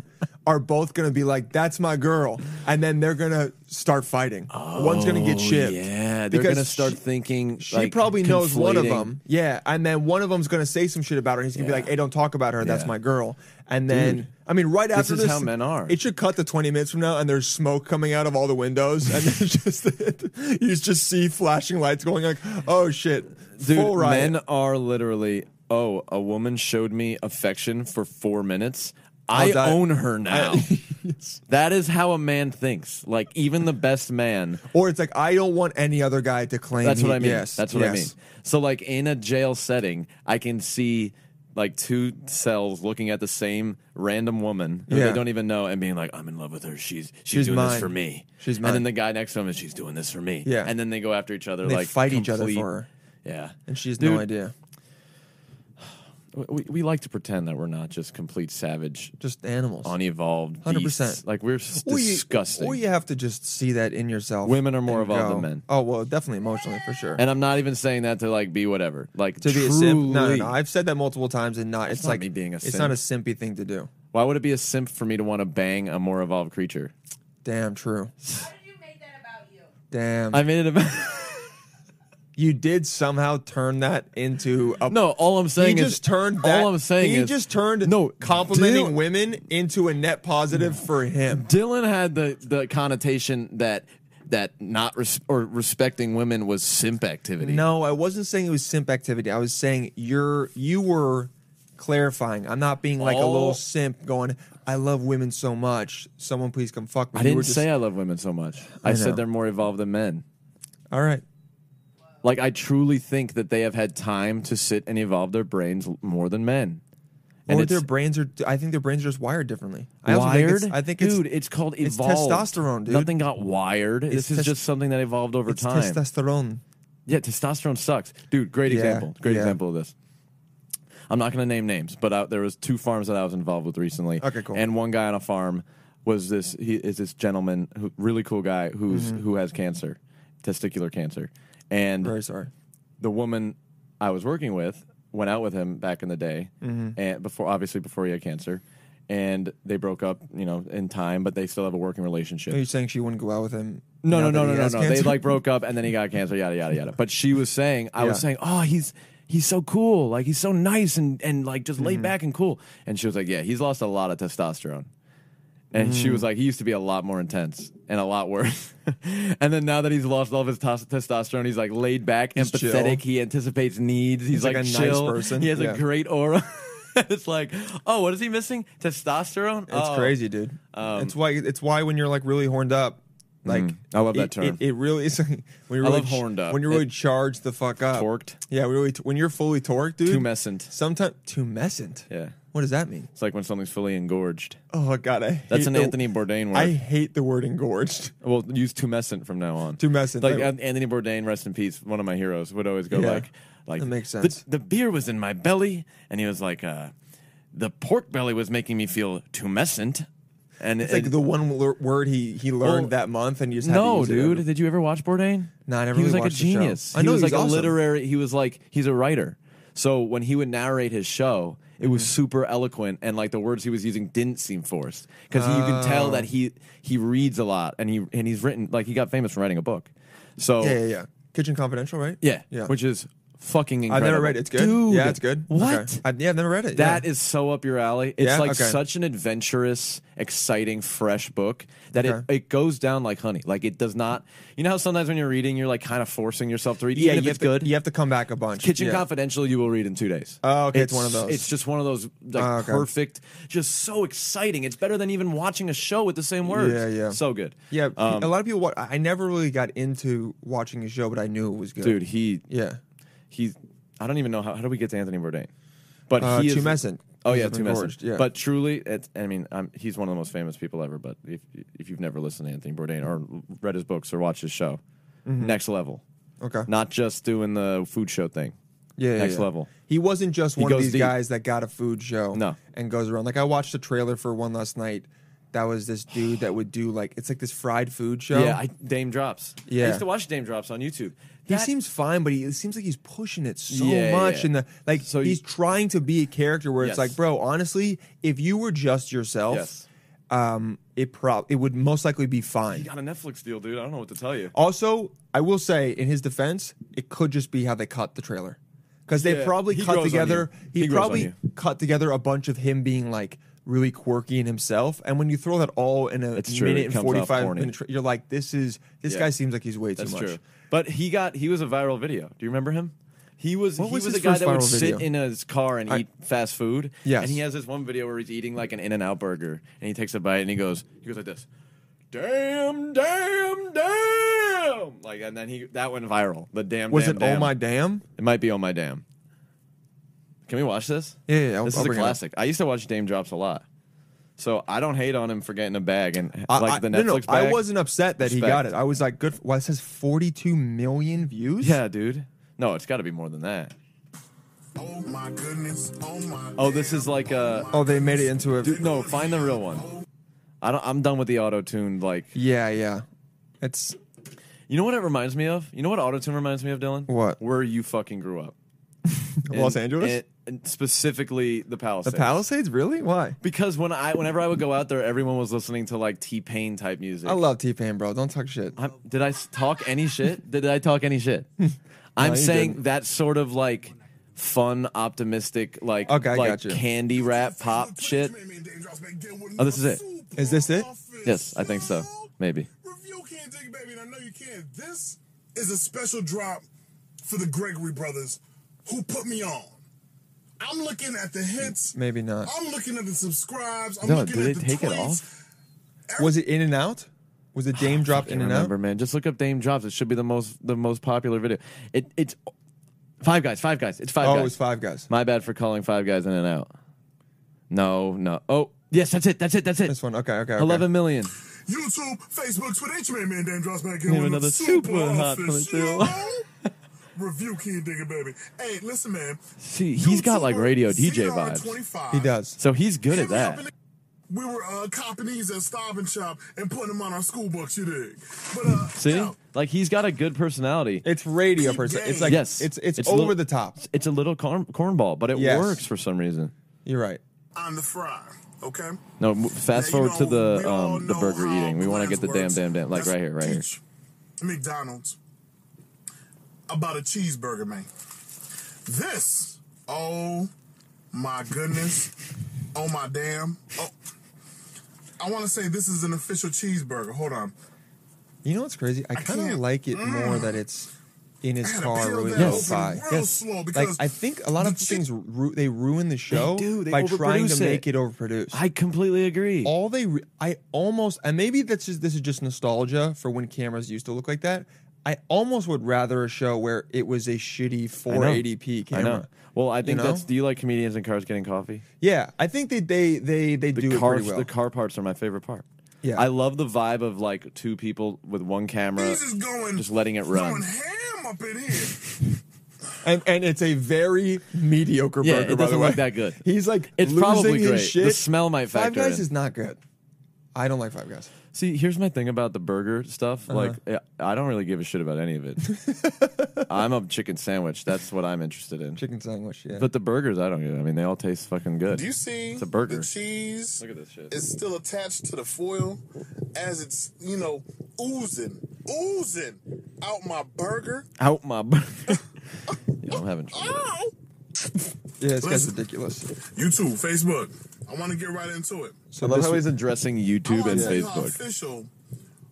Speaker 4: are both going to be like that's my girl and then they're going to start fighting. One's going to get
Speaker 5: Oh, yeah,
Speaker 4: chipped.
Speaker 5: they're
Speaker 4: Because
Speaker 5: gonna start
Speaker 4: she-
Speaker 5: thinking.
Speaker 4: She
Speaker 5: like,
Speaker 4: probably knows one of
Speaker 5: conflating-
Speaker 4: them. Yeah, and then one of them's going to say some shit about her and he's going to
Speaker 5: Yeah.
Speaker 4: be like, "Hey, don't talk about her. That's
Speaker 5: Yeah.
Speaker 4: my girl." And then
Speaker 5: Dude,
Speaker 4: I mean, right after
Speaker 5: is
Speaker 4: this
Speaker 5: how men are.
Speaker 4: It should cut to 20 minutes from now, and there's smoke coming out of all the windows, and then just you just see flashing lights going like, "Oh shit!"
Speaker 5: Dude,
Speaker 4: Full riot.
Speaker 5: men are literally. Oh, a woman showed me affection for four minutes.
Speaker 4: I'll
Speaker 5: I
Speaker 4: die.
Speaker 5: own her now. That is how a man thinks. Like even the best man.
Speaker 4: or it's like, "I don't want any other guy to claim."
Speaker 5: That's what
Speaker 4: he-
Speaker 5: I mean.
Speaker 4: Yes,
Speaker 5: That's what I mean.
Speaker 4: yes.
Speaker 5: So like in a jail setting, I can see like two cells looking at the same random woman who
Speaker 4: Yeah.
Speaker 5: they don't even know and being like, I'm in love with her. She's she's,
Speaker 4: She's
Speaker 5: doing this
Speaker 4: mine.
Speaker 5: for me.
Speaker 4: She's
Speaker 5: And
Speaker 4: mine.
Speaker 5: then the guy next to him is she's doing this for me.
Speaker 4: Yeah.
Speaker 5: And then they go after each other
Speaker 4: And they
Speaker 5: like
Speaker 4: fight each other
Speaker 5: complete-
Speaker 4: for her.
Speaker 5: Yeah.
Speaker 4: And she has
Speaker 5: Dude,
Speaker 4: no idea.
Speaker 5: we- We, we like to pretend that we're not just complete savage,
Speaker 4: Just animals.
Speaker 5: unevolved
Speaker 4: 100%.
Speaker 5: beasts. Like we're s-
Speaker 4: Or you-
Speaker 5: disgusting.
Speaker 4: or you have to just see that in yourself.
Speaker 5: Women are more
Speaker 4: and
Speaker 5: evolved than
Speaker 4: go,
Speaker 5: men.
Speaker 4: Oh well, definitely emotionally for sure.
Speaker 5: And I'm not even saying that to like be whatever. Like
Speaker 4: to be
Speaker 5: truly,
Speaker 4: a simp. No, no, no. I've said that multiple times, and not. It's,
Speaker 5: not
Speaker 4: like
Speaker 5: me being a
Speaker 4: It's not a simpy thing to do.
Speaker 5: Why would it be a simp for me to want to bang a more evolved creature?
Speaker 4: Damn true.
Speaker 7: How did you make that about you?
Speaker 4: Damn.
Speaker 5: I made it about
Speaker 4: you did somehow turn that into a
Speaker 5: no. All I'm
Speaker 4: He
Speaker 5: saying is
Speaker 4: just turned. That,
Speaker 5: all I'm saying
Speaker 4: he
Speaker 5: is
Speaker 4: just turned
Speaker 5: no
Speaker 4: complimenting
Speaker 5: Dylan,
Speaker 4: women into a net positive for him.
Speaker 5: Dylan had the the connotation that that not res- or respecting women was simp activity.
Speaker 4: No, I wasn't saying it was simp activity. I was saying you're you were clarifying. I'm not being like a
Speaker 5: All-
Speaker 4: little simp going. I love women so much. Someone please come fuck me.
Speaker 5: I
Speaker 4: You
Speaker 5: didn't
Speaker 4: were just-
Speaker 5: say I love women so much. I,
Speaker 4: I know.
Speaker 5: said they're more evolved than men.
Speaker 4: All right.
Speaker 5: Like I truly think that they have had time to sit and evolve their brains l- more than men. And
Speaker 4: or
Speaker 5: it's
Speaker 4: their brains are. I think their brains are just wired differently. I also think
Speaker 5: wired.
Speaker 4: it's- I think it's,
Speaker 5: dude, it's, called
Speaker 4: it's
Speaker 5: evolved.
Speaker 4: testosterone, dude.
Speaker 5: Nothing got wired. this is
Speaker 4: tes-
Speaker 5: just something that evolved over
Speaker 4: it's
Speaker 5: time.
Speaker 4: testosterone.
Speaker 5: Yeah, testosterone sucks, dude. Great
Speaker 4: Yeah,
Speaker 5: example. Great
Speaker 4: yeah.
Speaker 5: example of this. I'm not going to name names, but I, there was two farms that I was involved with recently.
Speaker 4: Okay, cool.
Speaker 5: And one guy on a farm was this he is this gentleman who really cool guy who's
Speaker 4: Mm-hmm.
Speaker 5: who has cancer, testicular cancer, and
Speaker 4: Very sorry.
Speaker 5: the woman I was working with went out with him back in the day,
Speaker 4: Mm-hmm.
Speaker 5: and before obviously before he had cancer, and they broke up, you know, in time, but they still have a working relationship.
Speaker 4: Are you saying she wouldn't go out with him?
Speaker 5: No, no,
Speaker 4: now that
Speaker 5: no,
Speaker 4: he
Speaker 5: no, no,
Speaker 4: has
Speaker 5: no. They
Speaker 4: cancer?
Speaker 5: like broke up, and then he got cancer. Yada yada yada. But she was saying, I was
Speaker 4: Yeah.
Speaker 5: saying, oh, he's he's so cool. Like he's so nice and and like just
Speaker 4: Mm-hmm.
Speaker 5: laid back and cool. And she was like, yeah, he's lost a lot of testosterone. And she
Speaker 4: Mm.
Speaker 5: was like, he used to be a lot more intense and a lot worse. and then now that he's lost all of his tos- testosterone, he's like laid back,
Speaker 4: He's
Speaker 5: empathetic.
Speaker 4: chill.
Speaker 5: He anticipates needs. He's,
Speaker 4: like a nice
Speaker 5: chill.
Speaker 4: person.
Speaker 5: He has
Speaker 4: Yeah.
Speaker 5: a great aura. it's like, oh, what is he missing? Testosterone. Oh.
Speaker 4: It's crazy, dude. it's why it's why when you're like really horned up, like
Speaker 5: I love that
Speaker 4: it-
Speaker 5: term.
Speaker 4: It, it really is when you're
Speaker 5: I
Speaker 4: really
Speaker 5: love horned up.
Speaker 4: When you're really
Speaker 5: It-
Speaker 4: charged the fuck up,
Speaker 5: Torqued.
Speaker 4: Yeah, really. T- when you're fully torqued, dude.
Speaker 5: Tumescent.
Speaker 4: Sometimes tumescent.
Speaker 5: Yeah.
Speaker 4: What does that mean?
Speaker 5: It's like when something's fully engorged.
Speaker 4: Oh God, I hate
Speaker 5: That's an
Speaker 4: the-
Speaker 5: Anthony Bourdain word.
Speaker 4: I hate the word engorged.
Speaker 5: Well, use tumescent from now on.
Speaker 4: Tumescent.
Speaker 5: Like
Speaker 4: That-
Speaker 5: An- Anthony Bourdain, rest in peace, one of my heroes, would always go
Speaker 4: Yeah.
Speaker 5: like, like
Speaker 4: That makes
Speaker 5: "The-
Speaker 4: sense.
Speaker 5: The, beer was in my belly, and he was like, uh, the pork belly was making me feel tumescent. And
Speaker 4: It's like the one l- word he he learned
Speaker 5: Well,
Speaker 4: that month, and you just had
Speaker 5: no,
Speaker 4: to use
Speaker 5: dude.
Speaker 4: It.
Speaker 5: Did you ever watch Bourdain?
Speaker 4: No, I never
Speaker 5: He was
Speaker 4: really
Speaker 5: like a
Speaker 4: watched the show.
Speaker 5: genius.
Speaker 4: I
Speaker 5: he
Speaker 4: know,
Speaker 5: was
Speaker 4: he's
Speaker 5: like a
Speaker 4: awesome.
Speaker 5: literary. He was like he's a writer. So when he would narrate his show, it
Speaker 4: Mm-hmm.
Speaker 5: was super eloquent, and like the words he was using didn't seem forced because you can tell that he
Speaker 4: Oh.
Speaker 5: he reads a lot, and he and he's written like he got famous from writing a book. So
Speaker 4: Yeah, yeah, yeah. Kitchen Confidential, right?
Speaker 5: Oh. yeah,
Speaker 4: yeah.
Speaker 5: which is fucking
Speaker 4: I've
Speaker 5: incredible.
Speaker 4: never read it. It's good.
Speaker 5: Dude,
Speaker 4: yeah, it's good.
Speaker 5: What?
Speaker 4: Okay. I, yeah, I've never read it.
Speaker 5: That
Speaker 4: yeah.
Speaker 5: is so up your alley. It's
Speaker 4: Yeah?
Speaker 5: like
Speaker 4: Okay.
Speaker 5: such an adventurous, exciting, fresh book that
Speaker 4: Okay.
Speaker 5: it, it goes down like honey. Like it does not. You know how sometimes when you're reading, you're like kind of forcing yourself to read.
Speaker 4: yeah.
Speaker 5: even if
Speaker 4: you
Speaker 5: it's
Speaker 4: have to-
Speaker 5: good.
Speaker 4: You have to come back a bunch.
Speaker 5: Kitchen
Speaker 4: yeah.
Speaker 5: Confidential, you will read in two days.
Speaker 4: Oh, okay, it's one of those.
Speaker 5: It's just one of those like
Speaker 4: Oh, okay.
Speaker 5: perfect, just so exciting. It's better than even watching a show with the same words.
Speaker 4: Yeah, yeah.
Speaker 5: so good.
Speaker 4: Yeah,
Speaker 5: Um,
Speaker 4: a lot of people. Wa- I I never really got into watching his show, but I knew it was good.
Speaker 5: dude. He
Speaker 4: yeah,
Speaker 5: he. I don't even know how. How do we get to Anthony Bourdain? But
Speaker 4: Uh,
Speaker 5: he is
Speaker 4: Tumescent.
Speaker 5: Oh
Speaker 4: He's
Speaker 5: yeah,
Speaker 4: been gorged,
Speaker 5: Tumescent.
Speaker 4: yeah.
Speaker 5: But truly, it's, I mean, i he's one of the most famous people ever. But if if you've never listened to Anthony Bourdain or read his books or watched his show,
Speaker 4: Mm-hmm.
Speaker 5: next level.
Speaker 4: Okay.
Speaker 5: Not just doing the food show thing.
Speaker 4: yeah, yeah,
Speaker 5: Next
Speaker 4: yeah.
Speaker 5: level.
Speaker 4: He wasn't just one of
Speaker 5: goes
Speaker 4: these
Speaker 5: deep.
Speaker 4: guys that got a food show.
Speaker 5: No.
Speaker 4: and goes around. Like I watched a trailer for one last night. That was this dude that would do like it's like this fried food show.
Speaker 5: Yeah, I, Dame Drops.
Speaker 4: Yeah.
Speaker 5: I used to watch Dame Drops on YouTube.
Speaker 4: he
Speaker 5: That-
Speaker 4: seems fine, but he it seems like he's pushing it so
Speaker 5: Yeah,
Speaker 4: much,
Speaker 5: yeah.
Speaker 4: and the, like
Speaker 5: So
Speaker 4: he's
Speaker 5: you-
Speaker 4: trying to be a character where it's
Speaker 5: Yes.
Speaker 4: like, bro, honestly, if you were just yourself,
Speaker 5: Yes.
Speaker 4: um, it prob it would most likely be fine.
Speaker 5: He got a Netflix deal, dude. I don't know what to tell you.
Speaker 4: Also, I will say in his defense, it could just be how they cut the trailer. Because they
Speaker 5: Yeah,
Speaker 4: probably
Speaker 5: he
Speaker 4: cut
Speaker 5: grows on
Speaker 4: together
Speaker 5: you.
Speaker 4: he,
Speaker 5: He grows on
Speaker 4: probably
Speaker 5: you.
Speaker 4: cut together a bunch of him being like really quirky in himself. And when you throw that all in a
Speaker 5: It's true,
Speaker 4: minute
Speaker 5: it
Speaker 4: and
Speaker 5: comes off
Speaker 4: forty five
Speaker 5: corny.
Speaker 4: minute tra- you're like, this is this
Speaker 5: Yeah.
Speaker 4: guy seems like he's way
Speaker 5: That's
Speaker 4: too much.
Speaker 5: true. But he got he was a viral video. Do you remember him? He was
Speaker 4: What
Speaker 5: he
Speaker 4: was
Speaker 5: was,
Speaker 4: his
Speaker 5: a guy
Speaker 4: first
Speaker 5: that would
Speaker 4: viral video?
Speaker 5: sit in his car and
Speaker 4: I-
Speaker 5: eat fast food.
Speaker 4: Yes.
Speaker 5: And he has this one video where he's eating like an in and out burger and he takes a bite and he goes he goes like this. Damn, damn, damn. Like and then he that went viral. The damn
Speaker 4: Was
Speaker 5: damn,
Speaker 4: it
Speaker 5: damn.
Speaker 4: oh my damn?
Speaker 5: It might be on my damn. Can we watch this?
Speaker 4: Yeah, yeah, yeah, I'll-
Speaker 5: this
Speaker 4: I'll
Speaker 5: is a
Speaker 4: bring it up.
Speaker 5: classic. I used to watch Dame Drops a lot, so I don't hate on him for getting a bag and
Speaker 4: I- I-
Speaker 5: like the Netflix
Speaker 4: no, no,
Speaker 5: bag.
Speaker 4: I wasn't upset that he
Speaker 5: Respect.
Speaker 4: got it. I was like, good. For, well, it says 42 million views.
Speaker 5: Yeah, dude. No, it's got to be more than that.
Speaker 9: Oh my goodness. Oh my.
Speaker 5: Oh, this is like a
Speaker 4: Oh, they made it into a.
Speaker 5: dude. No, find the real one. I don't. I'm done with the auto tune. Like,
Speaker 4: Yeah, yeah. It's
Speaker 5: you know what it reminds me of? You know what auto tune reminds me of, Dylan?
Speaker 4: What?
Speaker 5: Where you fucking grew up?
Speaker 4: Los
Speaker 5: In-
Speaker 4: Angeles?
Speaker 5: in- and specifically the
Speaker 4: the
Speaker 5: Palisades.
Speaker 4: Palisades, really? Why?
Speaker 5: Because when I, whenever I would go out there, everyone was listening to like T Pain type music.
Speaker 4: I love T Pain, bro. Don't talk shit.
Speaker 5: I'm, did I s- talk any shit? Did I talk any shit? I'm
Speaker 4: you
Speaker 5: saying
Speaker 4: didn't.
Speaker 5: that sort of like fun, optimistic, like
Speaker 4: Okay, I
Speaker 5: like
Speaker 4: got you.
Speaker 5: candy rap pop shit. Oh, this is it.
Speaker 4: Is this it?
Speaker 5: Yes, I think so. Maybe.
Speaker 9: Review Can't Dig It, baby, and I know you can. This is a special drop for the Gregory brothers who put me on. I'm looking at the hits.
Speaker 4: Maybe not.
Speaker 9: I'm looking at the subscribes. I'm
Speaker 5: No,
Speaker 9: looking
Speaker 5: did
Speaker 9: at
Speaker 5: they
Speaker 9: the
Speaker 5: take it
Speaker 9: tweets.
Speaker 5: off?
Speaker 4: Was it In and Out? Was it Dame Drop In
Speaker 5: I
Speaker 4: and
Speaker 5: remember,
Speaker 4: Out?
Speaker 5: man. Just look up Dame Drops. It should be the most the most popular video. It it's Five Guys. Five Guys. It's Five
Speaker 4: Oh,
Speaker 5: Guys.
Speaker 4: it was Five Guys.
Speaker 5: My bad for calling Five Guys in and out. No, no. Oh, yes, that's it. That's it. That's it.
Speaker 4: This one. Okay, okay. okay.
Speaker 5: Eleven million.
Speaker 9: YouTube, Facebook, Twitter, each man, man, damn drops back
Speaker 5: Name
Speaker 9: in. with
Speaker 5: another
Speaker 9: the
Speaker 5: super hot
Speaker 9: office,
Speaker 5: one, too.
Speaker 9: yo. Review King Digger, baby. Hey, listen, man.
Speaker 5: See, he's got like
Speaker 9: YouTuber
Speaker 5: radio DJ
Speaker 9: CR
Speaker 5: vibes.
Speaker 9: 25,
Speaker 4: He does.
Speaker 5: So he's good
Speaker 9: Hey,
Speaker 5: at
Speaker 9: we up
Speaker 5: that.
Speaker 9: in the- We were uh, copying these at Stop and Shop and putting them on our school books, you dig? But, uh,
Speaker 5: See?
Speaker 9: yo,
Speaker 5: Like he's got a good personality.
Speaker 4: It's radio person. It's like
Speaker 5: Yes.
Speaker 4: it's it's,
Speaker 5: It's
Speaker 4: over
Speaker 5: little-
Speaker 4: the top.
Speaker 5: It's a little corn- cornball, but it
Speaker 4: Yes.
Speaker 5: works for some reason.
Speaker 4: You're right.
Speaker 9: I'm the fry, okay?
Speaker 5: No, m- fast
Speaker 9: Now, you
Speaker 5: forward to
Speaker 9: know, we
Speaker 5: the
Speaker 9: all
Speaker 5: um the
Speaker 9: know
Speaker 5: burger
Speaker 9: how
Speaker 5: eating. We want to get the damn
Speaker 9: plans
Speaker 5: damn damn like
Speaker 9: works.
Speaker 5: right here, right here.
Speaker 9: Teach McDonald's about a cheeseburger, man. This, oh my goodness, oh my damn, oh. I want to say this is an official cheeseburger. Hold on.
Speaker 4: You know what's crazy? I kind of
Speaker 9: can't- Mm.
Speaker 4: like it more that it's in his
Speaker 9: I gotta
Speaker 4: car
Speaker 9: peel
Speaker 4: really
Speaker 9: that
Speaker 4: low
Speaker 9: open
Speaker 4: fi.
Speaker 9: real Yes. slow
Speaker 4: Like
Speaker 9: because
Speaker 4: I think a lot of
Speaker 9: the chi-
Speaker 4: things ru- they ruin the show
Speaker 5: do. They
Speaker 4: by trying to
Speaker 5: overproduce
Speaker 4: make it
Speaker 5: it.
Speaker 4: overproduced.
Speaker 5: I completely agree.
Speaker 4: all they re- I almost and maybe that's just this is just nostalgia for when cameras used to look like that. I almost would rather a show where it was a shitty
Speaker 5: I know.
Speaker 4: 480p
Speaker 5: I
Speaker 4: camera.
Speaker 5: know. Well, I think
Speaker 4: know?
Speaker 5: that's. Do you like comedians and cars getting coffee?
Speaker 4: Yeah, I think they they they they do
Speaker 5: The
Speaker 4: it
Speaker 5: car,
Speaker 4: pretty well.
Speaker 5: the car parts are my favorite part.
Speaker 4: Yeah.
Speaker 5: I love the vibe of like two people with one camera,
Speaker 9: He's just going,
Speaker 5: just letting it
Speaker 9: going
Speaker 5: run.
Speaker 9: ham up in here.
Speaker 4: and and it's a very mediocre
Speaker 5: Yeah,
Speaker 4: burger.
Speaker 5: it
Speaker 4: by the
Speaker 5: doesn't
Speaker 4: way.
Speaker 5: look that good.
Speaker 4: He's like
Speaker 5: It's
Speaker 4: losing
Speaker 5: probably
Speaker 4: his
Speaker 5: great.
Speaker 4: shit.
Speaker 5: The smell might
Speaker 4: Five
Speaker 5: factor
Speaker 4: Guys
Speaker 5: in.
Speaker 4: is not good. I don't like Five Guys.
Speaker 5: See, here's my thing about the burger stuff.
Speaker 4: Uh-huh.
Speaker 5: Like, I- I don't really give a shit about any of it. I'm a chicken sandwich. That's what I'm interested in.
Speaker 4: Chicken sandwich. Yeah,
Speaker 5: But the burgers, I don't get. I mean, they all taste fucking good.
Speaker 9: Do you see
Speaker 5: It's a burger.
Speaker 9: the cheese
Speaker 5: Look at this shit.
Speaker 9: is still attached to the foil as it's, you know, oozing, oozing out my burger.
Speaker 5: Out my. bur- yeah, I'm having trouble.
Speaker 9: Ow!
Speaker 4: yeah, this guy's
Speaker 9: Listen.
Speaker 4: ridiculous.
Speaker 9: YouTube, Facebook. I want to get right into
Speaker 5: I
Speaker 9: it.
Speaker 4: So
Speaker 5: love
Speaker 4: this
Speaker 5: how
Speaker 4: was
Speaker 5: he's addressing
Speaker 9: I
Speaker 5: YouTube
Speaker 9: wanna
Speaker 5: and
Speaker 4: Oh,
Speaker 9: tell you how
Speaker 5: Facebook.
Speaker 9: official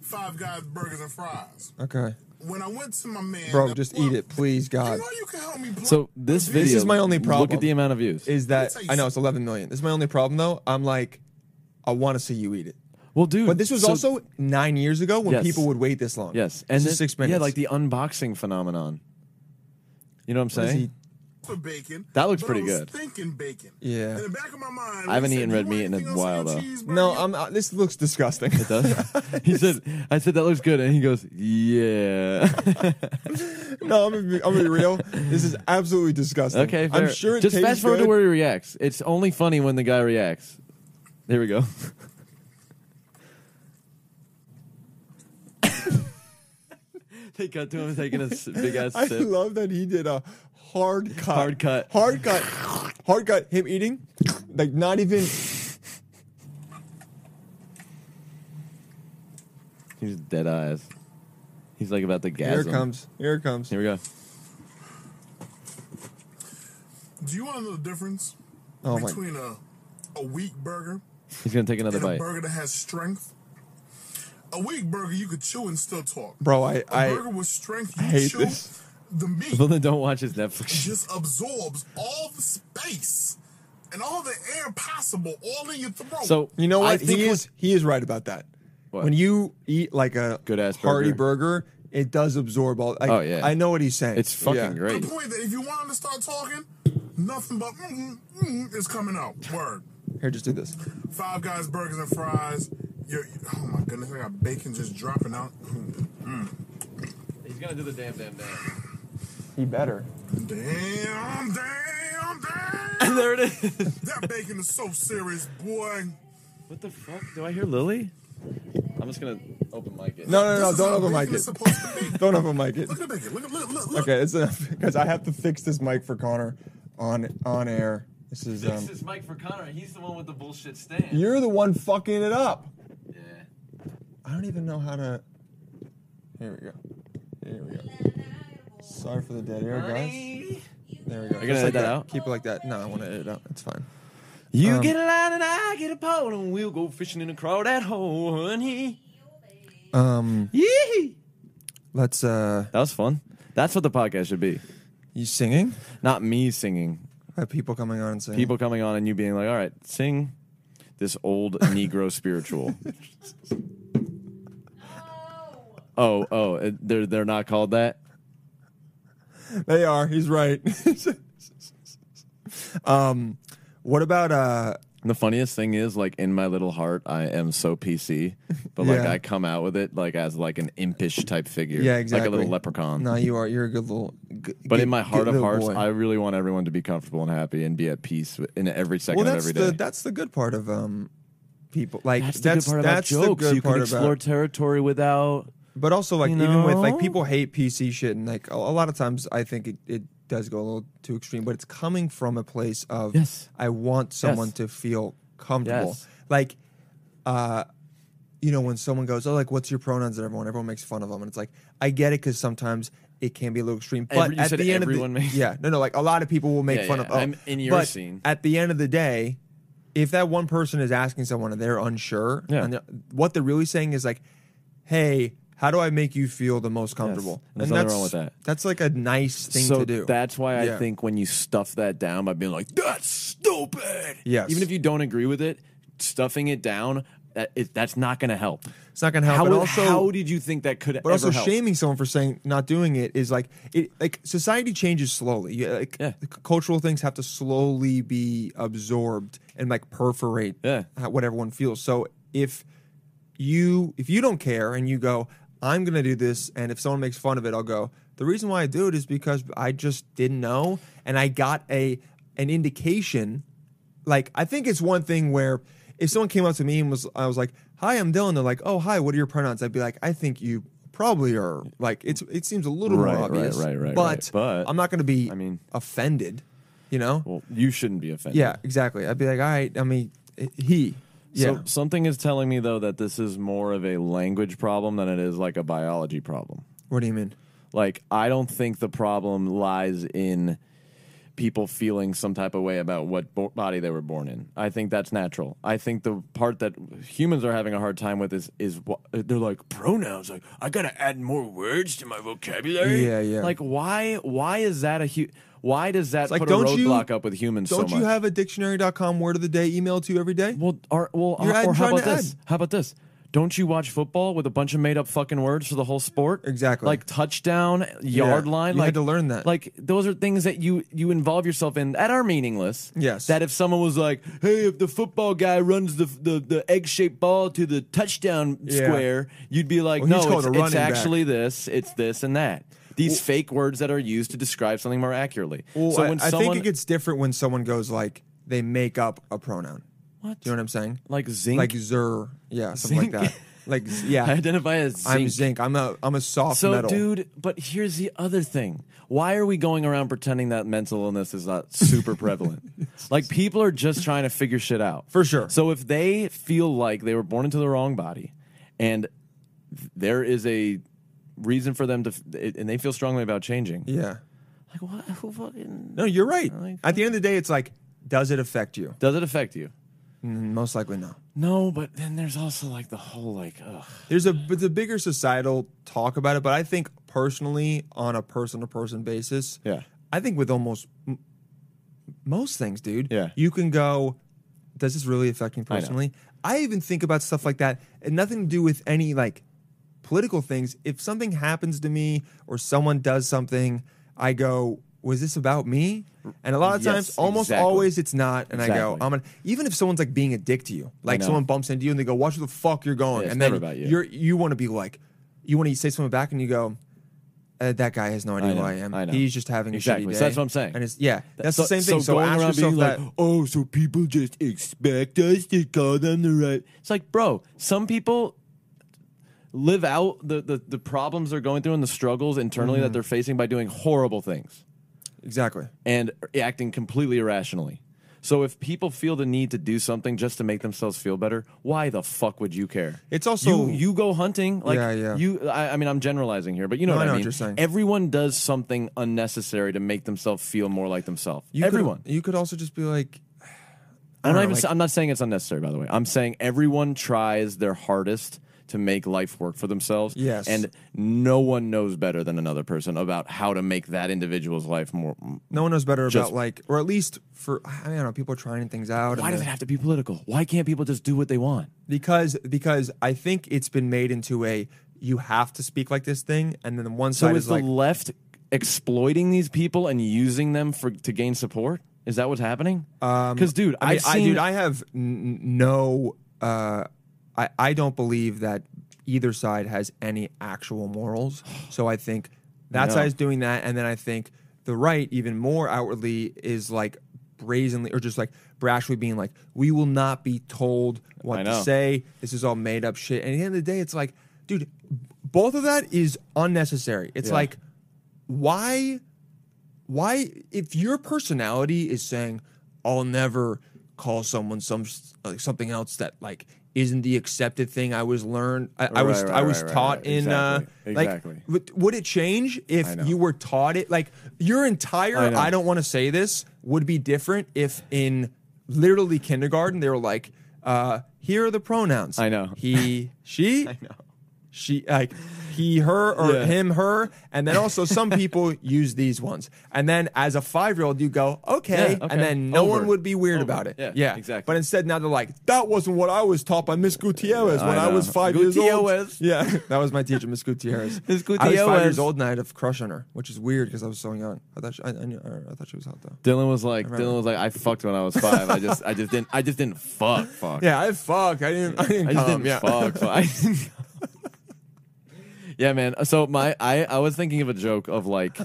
Speaker 9: Five Guys Burgers and Fries.
Speaker 4: okay,
Speaker 9: When I went to my man,
Speaker 4: bro.
Speaker 9: that-
Speaker 4: Just
Speaker 9: well,
Speaker 4: eat it, please,
Speaker 9: You
Speaker 4: God.
Speaker 9: know you can help me. plug-
Speaker 5: So this
Speaker 9: If
Speaker 5: video.
Speaker 9: you-
Speaker 4: is my only
Speaker 5: Look
Speaker 4: problem.
Speaker 5: at the amount of views.
Speaker 4: Is that
Speaker 9: Let me tell you
Speaker 4: I know it's 11 million. This is my only problem though. I'm like, I want to see you eat it.
Speaker 5: well, dude.
Speaker 4: But this was
Speaker 5: Hmm. so-
Speaker 4: also nine years ago when
Speaker 5: Yes.
Speaker 4: people would wait this long.
Speaker 5: Yes, and
Speaker 4: and this
Speaker 5: then,
Speaker 4: is six minutes.
Speaker 5: Yeah, like the unboxing phenomenon. You know what I'm
Speaker 4: What is
Speaker 5: saying?
Speaker 4: he-
Speaker 9: for bacon.
Speaker 5: That looks
Speaker 9: but
Speaker 5: pretty
Speaker 9: I was
Speaker 5: good.
Speaker 9: Thinking bacon.
Speaker 4: Yeah.
Speaker 9: In the back of my mind,
Speaker 5: I haven't
Speaker 9: he said,
Speaker 5: eaten
Speaker 9: "You
Speaker 5: red
Speaker 9: want
Speaker 5: meat in a
Speaker 9: anything else
Speaker 5: while,
Speaker 9: your
Speaker 5: though.
Speaker 9: cheeseburger?"
Speaker 4: no, I'm. Uh, this looks disgusting. It
Speaker 5: he said, "I said that looks good," and he goes, "Yeah."
Speaker 4: no, I'm gonna, be, I'm gonna be real. This is absolutely disgusting.
Speaker 5: okay, fair.
Speaker 4: I'm sure it
Speaker 5: Just
Speaker 4: tastes
Speaker 5: fast forward
Speaker 4: good.
Speaker 5: to where he reacts. It's only funny when the guy reacts. There we go. they cut to him taking a s- big ass
Speaker 4: I
Speaker 5: sip.
Speaker 4: love that he did a hard cut.
Speaker 5: Hard cut.
Speaker 4: Hard cut. Hard cut. Him eating, like not even.
Speaker 5: He's dead eyes. He's like about to
Speaker 4: Here
Speaker 5: gasm.
Speaker 4: it comes. Here it comes.
Speaker 5: Here we go.
Speaker 9: Do you want to know the difference
Speaker 4: Oh my.
Speaker 9: between a a weak burger
Speaker 5: He's gonna take another
Speaker 9: and a
Speaker 5: bite.
Speaker 9: burger that has strength? A weak burger you could chew and still talk.
Speaker 4: Bro, I
Speaker 9: a burger
Speaker 4: I
Speaker 9: with strength you
Speaker 4: hate
Speaker 9: chew
Speaker 4: this.
Speaker 9: the meat
Speaker 5: Well, then don't watch his Netflix.
Speaker 9: just absorbs all the space and all the air possible all in your throat.
Speaker 5: So
Speaker 4: You know
Speaker 5: I
Speaker 4: what?
Speaker 5: think
Speaker 4: He is he is right about that.
Speaker 5: What?
Speaker 4: When you eat like a
Speaker 5: Good-ass
Speaker 4: hearty burger, it does absorb all. Like,
Speaker 5: Oh, yeah.
Speaker 4: I know what he's saying.
Speaker 5: It's fucking
Speaker 4: Yeah.
Speaker 9: the
Speaker 5: great.
Speaker 9: point that if you want him to start talking, nothing but mm, mm, is coming out. Word.
Speaker 4: Here, just do this.
Speaker 9: Five Guys burgers and fries. You're, oh my goodness, I got bacon just dropping out. Mm,
Speaker 5: He's gonna do the damn damn damn.
Speaker 4: He better.
Speaker 9: Damn, damn, damn.
Speaker 5: And there it is.
Speaker 9: that bacon is so serious, boy.
Speaker 5: What the fuck? Do I hear Lily? I'm just gonna open mic it.
Speaker 4: No, no,
Speaker 9: This
Speaker 4: no!
Speaker 9: is
Speaker 4: Don't
Speaker 9: how
Speaker 4: open
Speaker 9: bacon
Speaker 4: mic
Speaker 9: is
Speaker 4: it.
Speaker 9: supposed to be.
Speaker 4: Don't open mic it.
Speaker 9: Look at the bacon. Look, look, look, look.
Speaker 4: Okay, that's enough because I have to fix this mic for Connor on on air. This is um.
Speaker 5: is Mike for Connor. He's the one with the bullshit stand.
Speaker 4: You're the one fucking it up.
Speaker 5: yeah.
Speaker 4: I don't even know how to. Here we go. Here we go. Sorry for the dead air, guys. There we go.
Speaker 5: Are you
Speaker 4: Just
Speaker 5: gonna
Speaker 4: like
Speaker 5: edit that out?
Speaker 4: Keep it like that. No, I want to edit it out. It's fine.
Speaker 5: You
Speaker 4: Um,
Speaker 5: get a line and I get a pole and we'll go fishing in a crawdad hole, honey.
Speaker 4: Um,
Speaker 5: Yee!
Speaker 4: let's. uh
Speaker 5: That was fun. That's what the podcast should be.
Speaker 4: You singing?
Speaker 5: Not me singing.
Speaker 4: Have people coming on and singing?
Speaker 5: People coming on and you being like, all right, sing this old Negro spiritual.
Speaker 7: Oh,
Speaker 5: Oh, oh, it- they're they're not called that.
Speaker 4: They are. He's right. um, what about uh?
Speaker 5: The funniest thing is, like in my little heart, I am so PC, but like
Speaker 4: Yeah.
Speaker 5: I come out with it like as like an impish type figure,
Speaker 4: Yeah, exactly.
Speaker 5: like a little leprechaun.
Speaker 4: No, you are. You're a good little. Good,
Speaker 5: But
Speaker 4: good-
Speaker 5: in my heart
Speaker 4: good
Speaker 5: of
Speaker 4: little
Speaker 5: hearts,
Speaker 4: boy.
Speaker 5: I really want everyone to be comfortable and happy and be at peace wi- in every second
Speaker 4: well,
Speaker 5: of
Speaker 4: that's
Speaker 5: every
Speaker 4: the
Speaker 5: day.
Speaker 4: that's the good part of um people like
Speaker 6: That's the
Speaker 4: that's
Speaker 6: good part about
Speaker 4: that's the
Speaker 6: jokes.
Speaker 4: good
Speaker 6: you
Speaker 4: part
Speaker 6: can explore
Speaker 4: about-
Speaker 6: territory without.
Speaker 4: But also, like,
Speaker 6: You
Speaker 4: even with like
Speaker 6: know?
Speaker 4: people hate PC shit, and like a, a lot of times, I think it, it does go a little too extreme. But it's coming from a place of
Speaker 6: Yes.
Speaker 4: I want someone
Speaker 6: Yes.
Speaker 4: to feel comfortable.
Speaker 6: Yes.
Speaker 4: Like, uh, you know, when someone goes, "Oh, like, what's your pronouns?" and everyone everyone makes fun of them, and it's like I get it because sometimes it can be a little extreme. But
Speaker 5: Every- you
Speaker 4: at
Speaker 5: said
Speaker 4: the end
Speaker 5: everyone
Speaker 4: of the
Speaker 5: makes-
Speaker 4: yeah, no, no, like a lot of people will make
Speaker 5: Yeah,
Speaker 4: fun
Speaker 5: yeah,
Speaker 4: of. Oh,
Speaker 5: I'm in your
Speaker 4: but
Speaker 5: scene.
Speaker 4: At the end of the day, if that one person is asking someone and they're unsure,
Speaker 5: Yeah.
Speaker 4: and they're- what they're really saying is like, "Hey, how do I make you feel the most comfortable?"
Speaker 5: There's nothing wrong with that.
Speaker 4: That's like a nice thing
Speaker 5: so
Speaker 4: to do.
Speaker 5: that's why
Speaker 4: Yeah.
Speaker 5: I think when you stuff that down by being like, "That's stupid,"
Speaker 4: Yes.
Speaker 5: even if you don't agree with it, stuffing it down, that it, that's not going to help.
Speaker 4: it's not gonna help.
Speaker 5: How,
Speaker 4: but
Speaker 5: would-
Speaker 4: also,
Speaker 5: how did you think that could?
Speaker 4: but also
Speaker 5: ever help?
Speaker 4: shaming someone for saying not doing it is like it like society changes slowly. You, like
Speaker 5: Yeah.
Speaker 4: the c- cultural things have to slowly be absorbed and like perforate
Speaker 5: Yeah.
Speaker 4: how, what everyone feels. So if you if you don't care and you go, I'm gonna do this, and if someone makes fun of it, I'll go. The reason why I do it is because I just didn't know, and I got a an indication. Like I think it's one thing where if someone came up to me and was I was like, "Hi, I'm Dylan," they're like, "Oh, hi, what are your pronouns?" I'd be like, "I think you probably are." Like it's it seems a little
Speaker 5: Right,
Speaker 4: more
Speaker 5: right,
Speaker 4: obvious,
Speaker 5: right, right,
Speaker 4: but,
Speaker 5: right. But,
Speaker 4: I'm not gonna be
Speaker 5: I mean-
Speaker 4: offended, you know?
Speaker 5: Well, you shouldn't be offended.
Speaker 4: yeah, exactly. I'd be like, "All right," I mean, he. Yeah.
Speaker 5: So something is telling me though that this is more of a language problem than it is like a biology problem.
Speaker 4: what do you mean?
Speaker 5: Like I don't think the problem lies in people feeling some type of way about what bo- body they were born in. I think that's natural. I think the part that humans are having a hard time with is is wh- they're like pronouns. Like I gotta add more words to my vocabulary.
Speaker 4: Yeah, yeah.
Speaker 5: Like why why is that a hu- why does that
Speaker 4: like,
Speaker 5: put
Speaker 4: don't
Speaker 5: a
Speaker 4: you-
Speaker 5: roadblock up with humans? so
Speaker 4: Don't
Speaker 5: much?
Speaker 4: you have a dictionary.com word of the day email to you every day?
Speaker 5: Well, are, well,
Speaker 4: You're
Speaker 5: or
Speaker 4: adding-
Speaker 5: how
Speaker 4: trying
Speaker 5: about
Speaker 4: to
Speaker 5: this?
Speaker 4: add.
Speaker 5: How about this? Don't you watch football with a bunch of made up fucking words for the whole sport?
Speaker 4: Exactly.
Speaker 5: Like touchdown, yard
Speaker 4: Yeah,
Speaker 5: line.
Speaker 4: you had
Speaker 5: like,
Speaker 4: to learn that.
Speaker 5: Like those are things that you you involve yourself in that are meaningless.
Speaker 4: Yes.
Speaker 5: That if someone was like, "Hey, if the football guy runs the the, the egg shaped ball to the touchdown
Speaker 4: Yeah.
Speaker 5: square," you'd be like,
Speaker 4: Well, he's
Speaker 5: "No,
Speaker 4: called
Speaker 5: it's,
Speaker 4: a
Speaker 5: it's
Speaker 4: running back."
Speaker 5: actually this, it's this, and that." These fake words that are used to describe something more accurately.
Speaker 4: Well,
Speaker 5: so
Speaker 4: I,
Speaker 5: when
Speaker 4: I
Speaker 5: someone
Speaker 4: think it gets different when someone goes like they make up a pronoun.
Speaker 5: What?
Speaker 4: Do you know what I'm saying?
Speaker 5: like zinc,
Speaker 4: Like zer, yeah, something like
Speaker 5: Zinc?
Speaker 4: that. Like z-
Speaker 5: I
Speaker 4: yeah,
Speaker 5: identify as zinc.
Speaker 4: I'm zinc. I'm a I'm a soft
Speaker 5: So,
Speaker 4: metal.
Speaker 5: dude, but here's the other thing. Why are we going around pretending that mental illness is not super prevalent? like, people are just trying to figure shit out.
Speaker 4: For sure.
Speaker 5: So, if they feel like they were born into the wrong body and th- there is a reason for them to, f- it- and they feel strongly about changing,
Speaker 4: yeah.
Speaker 5: like, what? Who fucking.
Speaker 4: No, you're right.
Speaker 5: Like-
Speaker 4: At the end of the day, it's like, does it affect you?
Speaker 5: Does it affect you?
Speaker 4: Most likely, no.
Speaker 5: No, but then there's also like the whole, like, ugh.
Speaker 4: There's a it's a bigger societal talk about it, but I think personally, on a person to person basis,
Speaker 5: Yeah.
Speaker 4: I think with almost m- most things, dude,
Speaker 5: Yeah.
Speaker 4: you can go. Does this really affect me
Speaker 5: know.
Speaker 4: personally? I, even think about stuff like that, and nothing to do with any like political things. If something happens to me or someone does something, I go, "Was this about me?" And a lot of
Speaker 5: Yes,
Speaker 4: times, almost
Speaker 5: exactly.
Speaker 4: always, it's not. And I go,
Speaker 5: Exactly.
Speaker 4: "I'm gonna." Even if someone's like being a dick to you, like
Speaker 5: know.
Speaker 4: someone bumps into you and they go, "Watch where the fuck you're going,"
Speaker 5: Yeah, it's
Speaker 4: and
Speaker 5: never
Speaker 4: then
Speaker 5: about you.
Speaker 4: you're you want to be like, you want to say something back, and you go. Uh, that guy has no idea
Speaker 5: I know,
Speaker 4: who I am.
Speaker 5: I know.
Speaker 4: He's just having a
Speaker 5: Exactly.
Speaker 4: shitty day.
Speaker 5: So that's what I'm saying.
Speaker 4: And it's, yeah, that's
Speaker 5: So-
Speaker 4: the same thing. So,
Speaker 5: going
Speaker 4: ask
Speaker 5: around
Speaker 4: yourself
Speaker 5: being
Speaker 4: that.
Speaker 5: like, oh, so people just expect us to call them the right. It's like, bro, some people live out the, the, the problems they're going through and the struggles internally
Speaker 4: Mm-hmm.
Speaker 5: that they're facing by doing horrible things
Speaker 4: exactly.
Speaker 5: and acting completely irrationally. So if people feel the need to do something just to make themselves feel better, why the fuck would you care?
Speaker 4: It's also-
Speaker 5: you, you go hunting like
Speaker 4: Yeah, yeah.
Speaker 5: you. I, I mean, I'm generalizing here, but you know
Speaker 4: No,
Speaker 5: what
Speaker 4: I
Speaker 5: I,
Speaker 4: know what
Speaker 5: mean.
Speaker 4: you're saying.
Speaker 5: Everyone does something unnecessary to make themselves feel more like themselves.
Speaker 4: You could-
Speaker 5: Everyone.
Speaker 4: you could also just be like,
Speaker 5: I'm
Speaker 4: I
Speaker 5: not
Speaker 4: don't
Speaker 5: even.
Speaker 4: know,
Speaker 5: sa-
Speaker 4: like-
Speaker 5: I'm not saying it's unnecessary. By the way, I'm saying everyone tries their hardest to make life work for themselves.
Speaker 4: Yes.
Speaker 5: and no one knows better than another person about how to make that individual's life more.
Speaker 4: no one knows better
Speaker 5: Just-
Speaker 4: about like, or at least for I don't know, people are trying things out.
Speaker 5: Why
Speaker 4: and
Speaker 5: does it
Speaker 4: they're-
Speaker 5: have to be political? Why can't people just do what they want?
Speaker 4: Because because I think it's been made into a you have to speak like this thing, and then one
Speaker 5: So
Speaker 4: side
Speaker 5: is
Speaker 4: is
Speaker 5: the
Speaker 4: like,
Speaker 5: left exploiting these people and using them for to gain support? Is that what's happening? Because, dude,
Speaker 4: Um, I mean,
Speaker 5: I've
Speaker 4: I,
Speaker 5: seen-
Speaker 4: dude, I have n- n- no. Uh, I I don't believe that either side has any actual morals. So I think that
Speaker 5: No.
Speaker 4: side's doing that, and then I think the right, even more outwardly, is like brazenly or just like brashly being like, "We will not be told
Speaker 5: I
Speaker 4: what to
Speaker 5: know.
Speaker 4: say. This is all made up shit." And at the end of the day, it's like, dude, both of that is unnecessary. It's
Speaker 5: Yeah.
Speaker 4: like, why? why if your personality is saying i'll never call someone some like something else that like isn't the accepted thing i was learned i, I was
Speaker 5: Right, right,
Speaker 4: i was
Speaker 5: right, right,
Speaker 4: taught
Speaker 5: right.
Speaker 4: in
Speaker 5: Exactly,
Speaker 4: uh like
Speaker 5: exactly.
Speaker 4: would- would it change
Speaker 5: I
Speaker 4: if
Speaker 5: know.
Speaker 4: you were taught it like your entire
Speaker 5: I know.
Speaker 4: i, don't want to say this would be different if in literally kindergarten they were like uh here are the pronouns
Speaker 5: I know.
Speaker 4: he she i know she like he her or
Speaker 5: Yeah.
Speaker 4: him her and then also some people use these ones and then as a five-year-old you go okay,
Speaker 5: Yeah, okay.
Speaker 4: and then no
Speaker 5: Over.
Speaker 4: one would be weird
Speaker 5: Over.
Speaker 4: about it
Speaker 5: Yeah, exactly.
Speaker 4: but instead now they're like that wasn't what i was taught by miss gutierrez
Speaker 5: I
Speaker 4: when i,
Speaker 5: know.
Speaker 4: was five
Speaker 5: Gutierrez.
Speaker 4: years old yeah that was my teacher miss gutierrez
Speaker 5: Miss
Speaker 4: i was five
Speaker 5: Gutierrez.
Speaker 4: years old and i had a crush on her which is weird because i was so young i thought she, I, I, knew, I thought she was hot though
Speaker 5: Dylan was like,
Speaker 4: remember.
Speaker 5: Dylan was like, I fucked when I was five. I just, I just didn't, I just didn't fuck, fuck.
Speaker 4: yeah i fuck i didn't i didn't,
Speaker 5: I just
Speaker 4: come,
Speaker 5: didn't
Speaker 4: yeah.
Speaker 5: fuck. fuck. I didn't- yeah, man. So my, I, I was thinking of a joke of like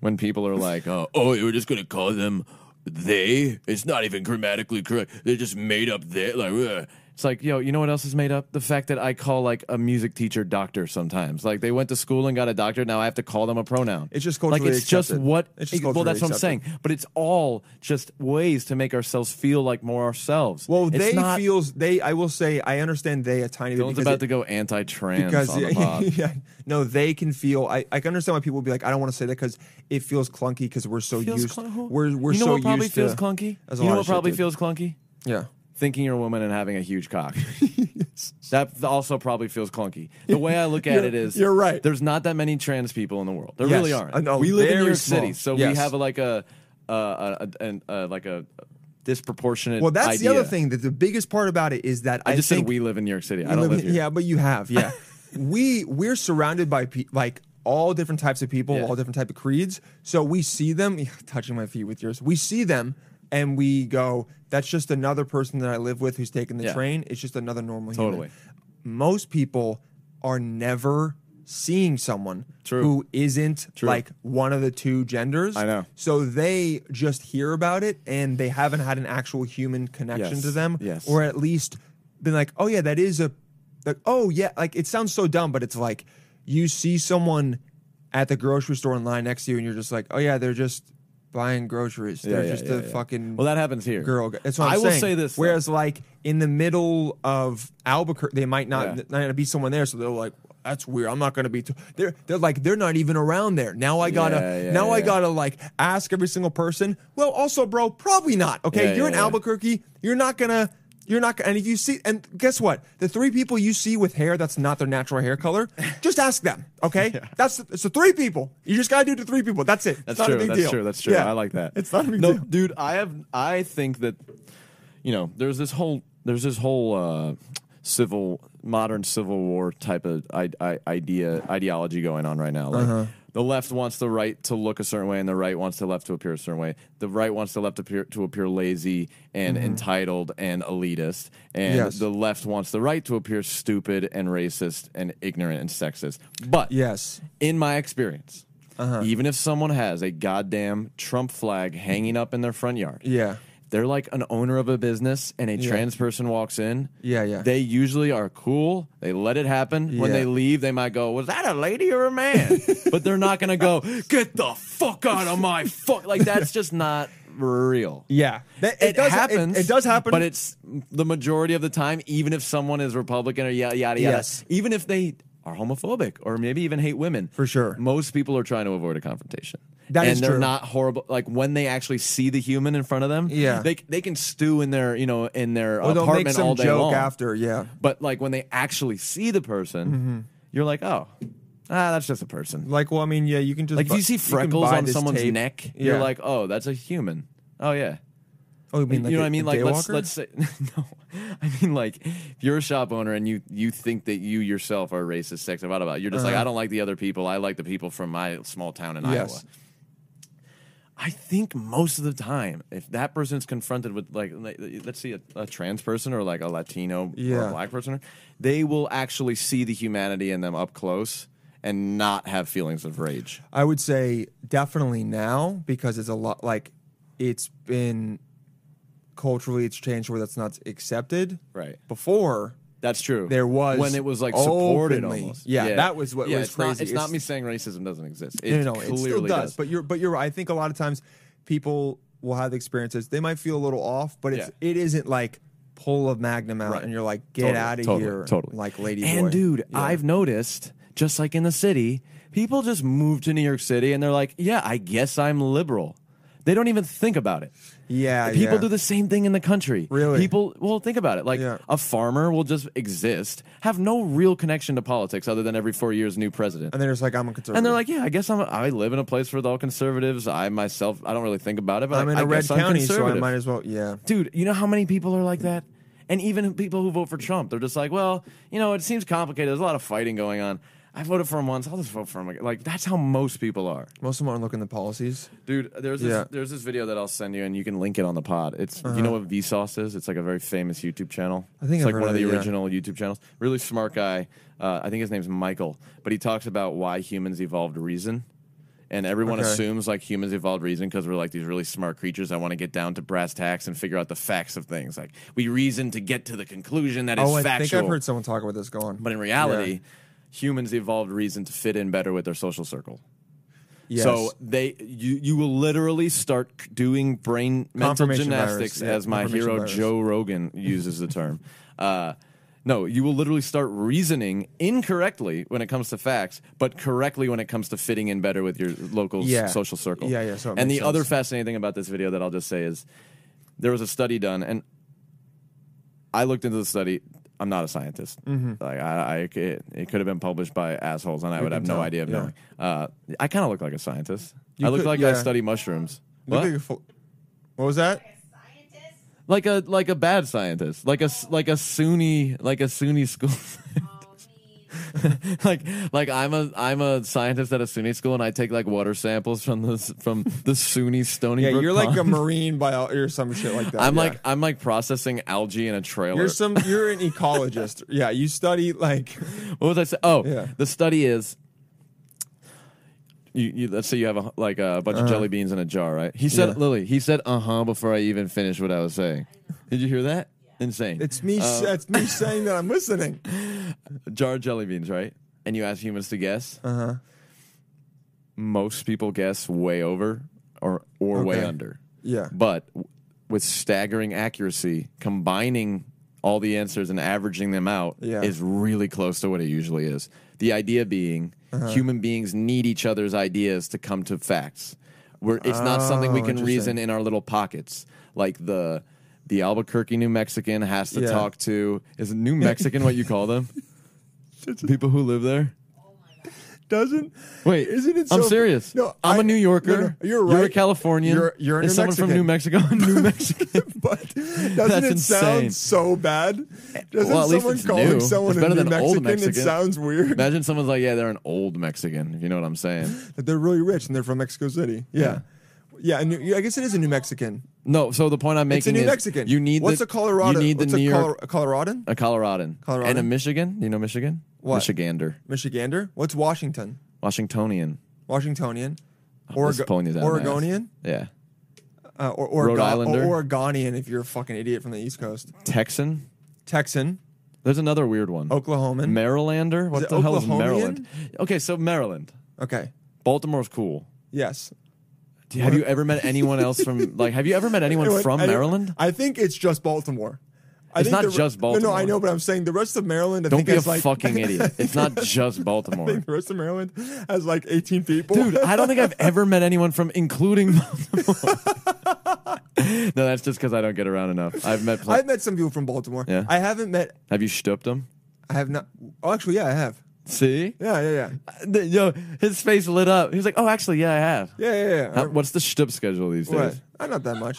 Speaker 5: when people are like, oh, oh, you were just gonna call them they. It's not even grammatically correct. They just made up they. Like, ugh. it's like, yo, you know what else is made up? The fact that I call like a music teacher doctor sometimes. Like they went to school and got a doctor. Now I have to call them a pronoun.
Speaker 4: It's just
Speaker 5: like
Speaker 4: culturally
Speaker 5: it's just
Speaker 4: accepted.
Speaker 5: what.
Speaker 4: It's just
Speaker 5: well, that's
Speaker 4: culturally
Speaker 5: what I'm saying.
Speaker 4: accepted.
Speaker 5: But it's all just ways to make ourselves feel like more ourselves.
Speaker 4: well
Speaker 5: It's
Speaker 4: they
Speaker 5: not-
Speaker 4: feels they i will say i understand they a tiny bit
Speaker 5: Dylan's
Speaker 4: because
Speaker 5: about
Speaker 4: it-
Speaker 5: to go anti-trans
Speaker 4: because
Speaker 5: on the
Speaker 4: yeah,
Speaker 5: pod.
Speaker 4: yeah, no, they can feel. I, I can understand why people would be like, I don't want to say that because it feels clunky because we're so
Speaker 5: Feels
Speaker 4: used.
Speaker 5: clunky.
Speaker 4: we're we're
Speaker 5: you know
Speaker 4: so
Speaker 5: what probably
Speaker 4: used
Speaker 5: feels
Speaker 4: to.
Speaker 5: clunky.
Speaker 4: There's a
Speaker 5: You
Speaker 4: lot
Speaker 5: know
Speaker 4: of
Speaker 5: what
Speaker 4: shit,
Speaker 5: probably
Speaker 4: dude.
Speaker 5: feels clunky.
Speaker 4: Yeah,
Speaker 5: Thinking you're a woman and having a huge cock. That also probably feels clunky. The way I look at
Speaker 4: You're-
Speaker 5: it is,
Speaker 4: you're right.
Speaker 5: There's not that many trans people in the world. There
Speaker 4: Yes.
Speaker 5: really aren't.
Speaker 4: I know,
Speaker 5: we live in New
Speaker 4: very
Speaker 5: York
Speaker 4: small.
Speaker 5: City, so we
Speaker 4: Yes.
Speaker 5: have a, like a, uh, a, a, an- uh, like a disproportionate.
Speaker 4: Well, that's the other
Speaker 5: idea.
Speaker 4: thing. That the biggest part about it is that I,
Speaker 5: I just
Speaker 4: think
Speaker 5: said we live in New York City. I
Speaker 4: You
Speaker 5: don't live,
Speaker 4: live in-
Speaker 5: here.
Speaker 4: Yeah, but you have. Yeah, we we're surrounded by pe- like all different types of people,
Speaker 5: Yeah.
Speaker 4: all different type of creeds. So we see them touching my feet with yours. We see them. And we go. That's just another person that I live with who's taking the
Speaker 5: Yeah.
Speaker 4: train. It's just another normal
Speaker 5: Totally.
Speaker 4: human. Most people are never seeing someone
Speaker 5: True.
Speaker 4: who isn't
Speaker 5: True.
Speaker 4: like one of the two genders.
Speaker 5: I know.
Speaker 4: So they just hear about it and they haven't had an actual human connection
Speaker 5: Yes.
Speaker 4: to them,
Speaker 5: Yes.
Speaker 4: or at least been like, oh yeah, that is a like, oh yeah, like it sounds so dumb, but it's like you see someone at the grocery store in line next to you, and you're just like, oh yeah, they're just buying groceries.
Speaker 5: Yeah,
Speaker 4: they're
Speaker 5: yeah,
Speaker 4: just
Speaker 5: yeah,
Speaker 4: a
Speaker 5: yeah.
Speaker 4: fucking
Speaker 5: Well, that happens here.
Speaker 4: girl. That's what I'm
Speaker 5: I will
Speaker 4: saying.
Speaker 5: say this, though.
Speaker 4: Whereas like in the middle of Albuquerque, they might not
Speaker 5: Yeah.
Speaker 4: might not be someone there, so they're like. That's weird. I'm not gonna be. Too. They're they're like they're not even around there. Now I gotta
Speaker 5: Yeah, yeah,
Speaker 4: now I
Speaker 5: yeah.
Speaker 4: gotta like ask every single person. Well, also, bro, probably not. Okay,
Speaker 5: Yeah,
Speaker 4: you're
Speaker 5: yeah,
Speaker 4: in
Speaker 5: yeah.
Speaker 4: Albuquerque. You're not gonna. You're not. And if you see, and guess what? The three people you see with hair that's not their natural hair color, just ask them. Okay, that's it's the three people. You just gotta do it to three people. That's it. It's
Speaker 5: That's
Speaker 4: not a
Speaker 5: true.
Speaker 4: big
Speaker 5: That's
Speaker 4: deal.
Speaker 5: true. That's true.
Speaker 4: Yeah.
Speaker 5: I like that.
Speaker 4: It's not a big
Speaker 5: no,
Speaker 4: deal.
Speaker 5: dude. I have. I think that you know, there's this whole there's this whole uh, civil modern civil war type of I- I- idea ideology going on right now. Like
Speaker 4: Uh-huh.
Speaker 5: the left wants the right to look a certain way, and the right wants the left to appear a certain way. The right wants the left to appear to appear lazy and entitled and elitist, and
Speaker 4: Mm-hmm. Yes.
Speaker 5: the left wants the right to appear stupid and racist and ignorant and sexist. But
Speaker 4: Yes.
Speaker 5: in my experience,
Speaker 4: Uh-huh.
Speaker 5: even if someone has a goddamn Trump flag hanging up in their front yard,
Speaker 4: Yeah.
Speaker 5: they're like an owner of a business, and a
Speaker 4: Yeah.
Speaker 5: trans person walks in.
Speaker 4: Yeah, yeah.
Speaker 5: They usually are cool. They let it happen. When
Speaker 4: Yeah.
Speaker 5: they leave, they might go, "Was that a lady or a man?" but they're not gonna go, "Get the fuck out of my fuck!" Like that's just not real.
Speaker 4: Yeah, That- it,
Speaker 5: It,
Speaker 4: does
Speaker 5: happens.
Speaker 4: It, it does happen.
Speaker 5: but it's the majority of the time. Even if someone is Republican or yada yada yada,
Speaker 4: Yes.
Speaker 5: even if they are homophobic or maybe even hate women,
Speaker 4: For sure.
Speaker 5: most people are trying to avoid a confrontation.
Speaker 4: That
Speaker 5: and
Speaker 4: is
Speaker 5: they're
Speaker 4: true.
Speaker 5: not horrible. Like when they actually see the human in front of them,
Speaker 4: Yeah.
Speaker 5: they they can stew in their you know in their
Speaker 4: Or they'll
Speaker 5: apartment
Speaker 4: make some
Speaker 5: all day
Speaker 4: joke
Speaker 5: long.
Speaker 4: after. Mm-hmm. Yeah,
Speaker 5: But like when they actually see the person, you're like, oh, ah, that's just a person.
Speaker 4: like well, I mean, yeah, you can just
Speaker 5: Like if
Speaker 4: bu-
Speaker 5: you see
Speaker 4: can
Speaker 5: freckles
Speaker 4: buy
Speaker 5: on
Speaker 4: this
Speaker 5: someone's
Speaker 4: tape.
Speaker 5: neck,
Speaker 4: Yeah.
Speaker 5: you're like, oh, that's a human. Oh yeah
Speaker 4: oh, you, mean like
Speaker 5: you know
Speaker 4: a-
Speaker 5: what I mean?
Speaker 4: a
Speaker 5: Like let's
Speaker 4: daywalker?
Speaker 5: let's say no. I mean like if you're a shop owner and you you think that you yourself are racist, sexist, blah, blah,
Speaker 4: Uh-huh.
Speaker 5: blah, you're just like I don't like the other people. I like the people from my small town in
Speaker 4: Yes.
Speaker 5: Iowa. I think most of the time, if that person's confronted with like, like, let's see, a, a trans person or like a Latino or
Speaker 4: Yeah.
Speaker 5: a black person, they will actually see the humanity in them up close and not have feelings of rage.
Speaker 4: I would say definitely now because it's a lot like it's been culturally it's changed where that's not accepted.
Speaker 5: Right.
Speaker 4: Before
Speaker 5: That's true.
Speaker 4: There was
Speaker 5: when it was like supported
Speaker 4: openly-
Speaker 5: almost.
Speaker 4: yeah, that was what
Speaker 5: yeah,
Speaker 4: was
Speaker 5: it's Not,
Speaker 4: crazy.
Speaker 5: it's, not
Speaker 4: It's-
Speaker 5: me saying racism doesn't exist.
Speaker 4: no,
Speaker 5: It
Speaker 4: no, no,
Speaker 5: clearly
Speaker 4: it still does,
Speaker 5: does.
Speaker 4: But you're but you're right. I think a lot of times people will have experiences they might feel a little off, but it's
Speaker 5: Yeah.
Speaker 4: it isn't like pull a magnum out
Speaker 5: Right.
Speaker 4: and you're like get
Speaker 5: Totally,
Speaker 4: out of
Speaker 5: totally,
Speaker 4: here,
Speaker 5: totally.
Speaker 4: like lady
Speaker 5: And
Speaker 4: boy.
Speaker 5: dude,
Speaker 4: Yeah.
Speaker 5: I've noticed, just like in the city, people just move to New York City and they're like, yeah, I guess I'm liberal. They don't even think about it.
Speaker 4: yeah
Speaker 5: People
Speaker 4: yeah.
Speaker 5: do the same thing in the country.
Speaker 4: Really?
Speaker 5: People, well, think about it. Like,
Speaker 4: Yeah.
Speaker 5: a farmer will just exist, have no real connection to politics other than every four years, new president.
Speaker 4: and they're just like I'm a conservative,
Speaker 5: And they're like, yeah, I guess I'm, I live in a place with all conservatives. I myself, I don't really think about it, but
Speaker 4: I'm in
Speaker 5: a
Speaker 4: a red
Speaker 5: I'm
Speaker 4: county, so I
Speaker 5: conservative."
Speaker 4: might as well. Yeah,
Speaker 5: Dude, you know how many people are like that? And even people who vote for Trump, they're just like, well, you know, it seems complicated. There's a lot of fighting going on. I voted for him once. I'll just vote for him again. Like that's how most people are,
Speaker 4: most of them aren't looking at the policies.
Speaker 5: dude. There's this,
Speaker 4: Yeah. Uh-huh.
Speaker 5: there's this video that I'll send you, and you can link it on the pod. It's you know what Vsauce is? It's like a very famous YouTube channel.
Speaker 4: I think
Speaker 5: it's
Speaker 4: I've
Speaker 5: like
Speaker 4: heard
Speaker 5: one of
Speaker 4: of
Speaker 5: the
Speaker 4: it, yeah.
Speaker 5: original YouTube channels. Really smart guy. Uh, I think his name's Michael, but he talks about why humans evolved reason. And everyone
Speaker 4: Okay.
Speaker 5: assumes like humans evolved reason because we're like these really smart creatures. I want to get down to brass tacks and figure out the facts of things. Like we reason to get to the conclusion that is
Speaker 4: oh, I
Speaker 5: factual.
Speaker 4: think I've heard someone talk about this. Go on,
Speaker 5: but in reality, humans evolved reason to fit in better with their social circle.
Speaker 4: Yes.
Speaker 5: So they you you will literally start c- doing brain mental
Speaker 4: Confirmation virus,
Speaker 5: gymnastics
Speaker 4: yeah,
Speaker 5: as my
Speaker 4: confirmation
Speaker 5: hero
Speaker 4: virus.
Speaker 5: Joe Rogan uses the term. Uh, no, you will literally start reasoning incorrectly when it comes to facts, but correctly when it comes to fitting in better with your local s-
Speaker 4: Yeah.
Speaker 5: social circle.
Speaker 4: Yeah, yeah, so it
Speaker 5: and the
Speaker 4: makes
Speaker 5: other
Speaker 4: sense.
Speaker 5: fascinating thing about this video that I'll just say is there was a study done, and I looked into the study. I'm not a scientist. Like I, I it, it could have been published by assholes, and I would
Speaker 4: Mm-hmm. can
Speaker 5: have no
Speaker 4: tell,
Speaker 5: idea of
Speaker 4: yeah.
Speaker 5: knowing. Uh, I kind of look like a scientist.
Speaker 4: You
Speaker 5: I look
Speaker 4: could-
Speaker 5: like I
Speaker 4: yeah.
Speaker 5: study mushrooms.
Speaker 4: Look
Speaker 5: What?
Speaker 4: at your fo- what was that?
Speaker 7: Like a scientist?
Speaker 5: Like a like a bad scientist. Like a s- like a SUNY like a SUNY school.
Speaker 7: Oh, me.
Speaker 5: like like I'm a I'm a scientist at a SUNY school, and I take like water samples from the s- from the SUNY Stony.
Speaker 4: Yeah,
Speaker 5: Brook
Speaker 4: you're like a
Speaker 5: pond.
Speaker 4: marine bio or some shit like that.
Speaker 5: I'm
Speaker 4: yeah.
Speaker 5: like I'm like processing algae in a trailer.
Speaker 4: You're some. You're an ecologist. Yeah, you study like.
Speaker 5: what was I say? Oh,
Speaker 4: Yeah.
Speaker 5: the study is. You, you, let's say you have a, like a bunch of jelly beans in a jar, right? He said,
Speaker 4: Uh-huh. Yeah.
Speaker 5: Lily, he said, uh huh, before I even finished what I was saying. Did you hear that? Insane.
Speaker 4: It's me. s it's me saying that I'm listening.
Speaker 5: A jar of jelly beans, right? And you ask humans to guess. Uh
Speaker 4: Uh-huh.
Speaker 5: huh. Most people guess way over or or way
Speaker 4: Okay.
Speaker 5: under.
Speaker 4: Yeah.
Speaker 5: But w- with staggering accuracy, combining all the answers and averaging them out
Speaker 4: Yeah.
Speaker 5: is really close to what it usually is. The idea being
Speaker 4: Uh-huh.
Speaker 5: human beings need each other's ideas to come to facts. We're, it's not something we
Speaker 4: Oh,
Speaker 5: can reason in our little pockets. Like the the Albuquerque New Mexican has to
Speaker 4: Yeah.
Speaker 5: talk to is New Mexican what you call them? People who live there?
Speaker 4: Doesn't.
Speaker 5: Wait,
Speaker 4: Isn't it
Speaker 5: I'm
Speaker 4: so-
Speaker 5: serious.
Speaker 4: No,
Speaker 5: I'm I, am
Speaker 4: I-
Speaker 5: a New Yorker.
Speaker 4: no, no, you're
Speaker 5: You're a
Speaker 4: right.
Speaker 5: Californian.
Speaker 4: You're- you're a
Speaker 5: Is
Speaker 4: New
Speaker 5: someone from New Mexico. New Mexican.
Speaker 4: But doesn't
Speaker 5: That's
Speaker 4: it
Speaker 5: insane.
Speaker 4: sound so bad? Doesn't
Speaker 5: Well, at least
Speaker 4: someone
Speaker 5: it's
Speaker 4: calling
Speaker 5: new.
Speaker 4: someone
Speaker 5: It's better
Speaker 4: a New
Speaker 5: than old
Speaker 4: Mexican,
Speaker 5: Mexican.
Speaker 4: It sounds weird.
Speaker 5: Imagine someone's like, yeah, they're an old Mexican. If you know what I'm saying.
Speaker 4: That they're really rich and they're from Mexico City. Yeah. Yeah, and you- I guess it is a New Mexican.
Speaker 5: No, so the point I'm making
Speaker 4: It's a New
Speaker 5: is
Speaker 4: Mexican.
Speaker 5: you need
Speaker 4: what's
Speaker 5: the,
Speaker 4: a Colorado?
Speaker 5: You need
Speaker 4: what's
Speaker 5: the
Speaker 4: a
Speaker 5: New
Speaker 4: Colo-
Speaker 5: York, Uh,
Speaker 4: a Coloradan,
Speaker 5: a Coloradan, and a
Speaker 4: Coloradan?
Speaker 5: Michigan. You know Michigan?
Speaker 4: What?
Speaker 5: Michigander,
Speaker 4: Michigander. What's Washington?
Speaker 5: Washingtonian,
Speaker 4: Washingtonian,
Speaker 5: this is pulling you down my ass.
Speaker 4: Oregonian,
Speaker 5: yeah,
Speaker 4: uh, or, or,
Speaker 5: Rhode
Speaker 4: Go-
Speaker 5: Islander?
Speaker 4: or Oregonian. If you're a fucking idiot from the East Coast,
Speaker 5: Texan.
Speaker 4: Texan,
Speaker 5: There's another weird one.
Speaker 4: Oklahoman.
Speaker 5: Marylander. What
Speaker 4: it
Speaker 5: the hell is
Speaker 4: Oklahomian?
Speaker 5: Maryland? Okay, so Maryland,
Speaker 4: okay,
Speaker 5: Baltimore's cool.
Speaker 4: yes.
Speaker 5: Do- Have you ever met anyone else from like? Have you ever met anyone
Speaker 4: Anyway,
Speaker 5: from
Speaker 4: I-
Speaker 5: Maryland?
Speaker 4: I think it's just Baltimore. I
Speaker 5: It's
Speaker 4: think
Speaker 5: not
Speaker 4: the re-
Speaker 5: just
Speaker 4: No, no,
Speaker 5: Baltimore.
Speaker 4: I know, but I'm saying the rest of Maryland. I
Speaker 5: Don't
Speaker 4: think
Speaker 5: be a
Speaker 4: has like,
Speaker 5: fucking idiot. It's not just
Speaker 4: I
Speaker 5: Baltimore.
Speaker 4: think the rest of Maryland has like 18 people.
Speaker 5: Dude, I don't think I've ever met anyone from including Baltimore. no, that's just because I don't get around enough. I've met. Pl-
Speaker 4: I've met some people from Baltimore.
Speaker 5: Yeah.
Speaker 4: I haven't met.
Speaker 5: have you stooped them?
Speaker 4: I have not. Oh, actually, yeah, I have.
Speaker 5: See?
Speaker 4: Yeah, yeah, yeah,
Speaker 5: Th- Yo, his face lit up. He was like, "Oh, actually, yeah, I have."
Speaker 4: yeah, yeah. yeah.
Speaker 5: How- what's the Stup schedule these days?
Speaker 4: What? Uh, not that much.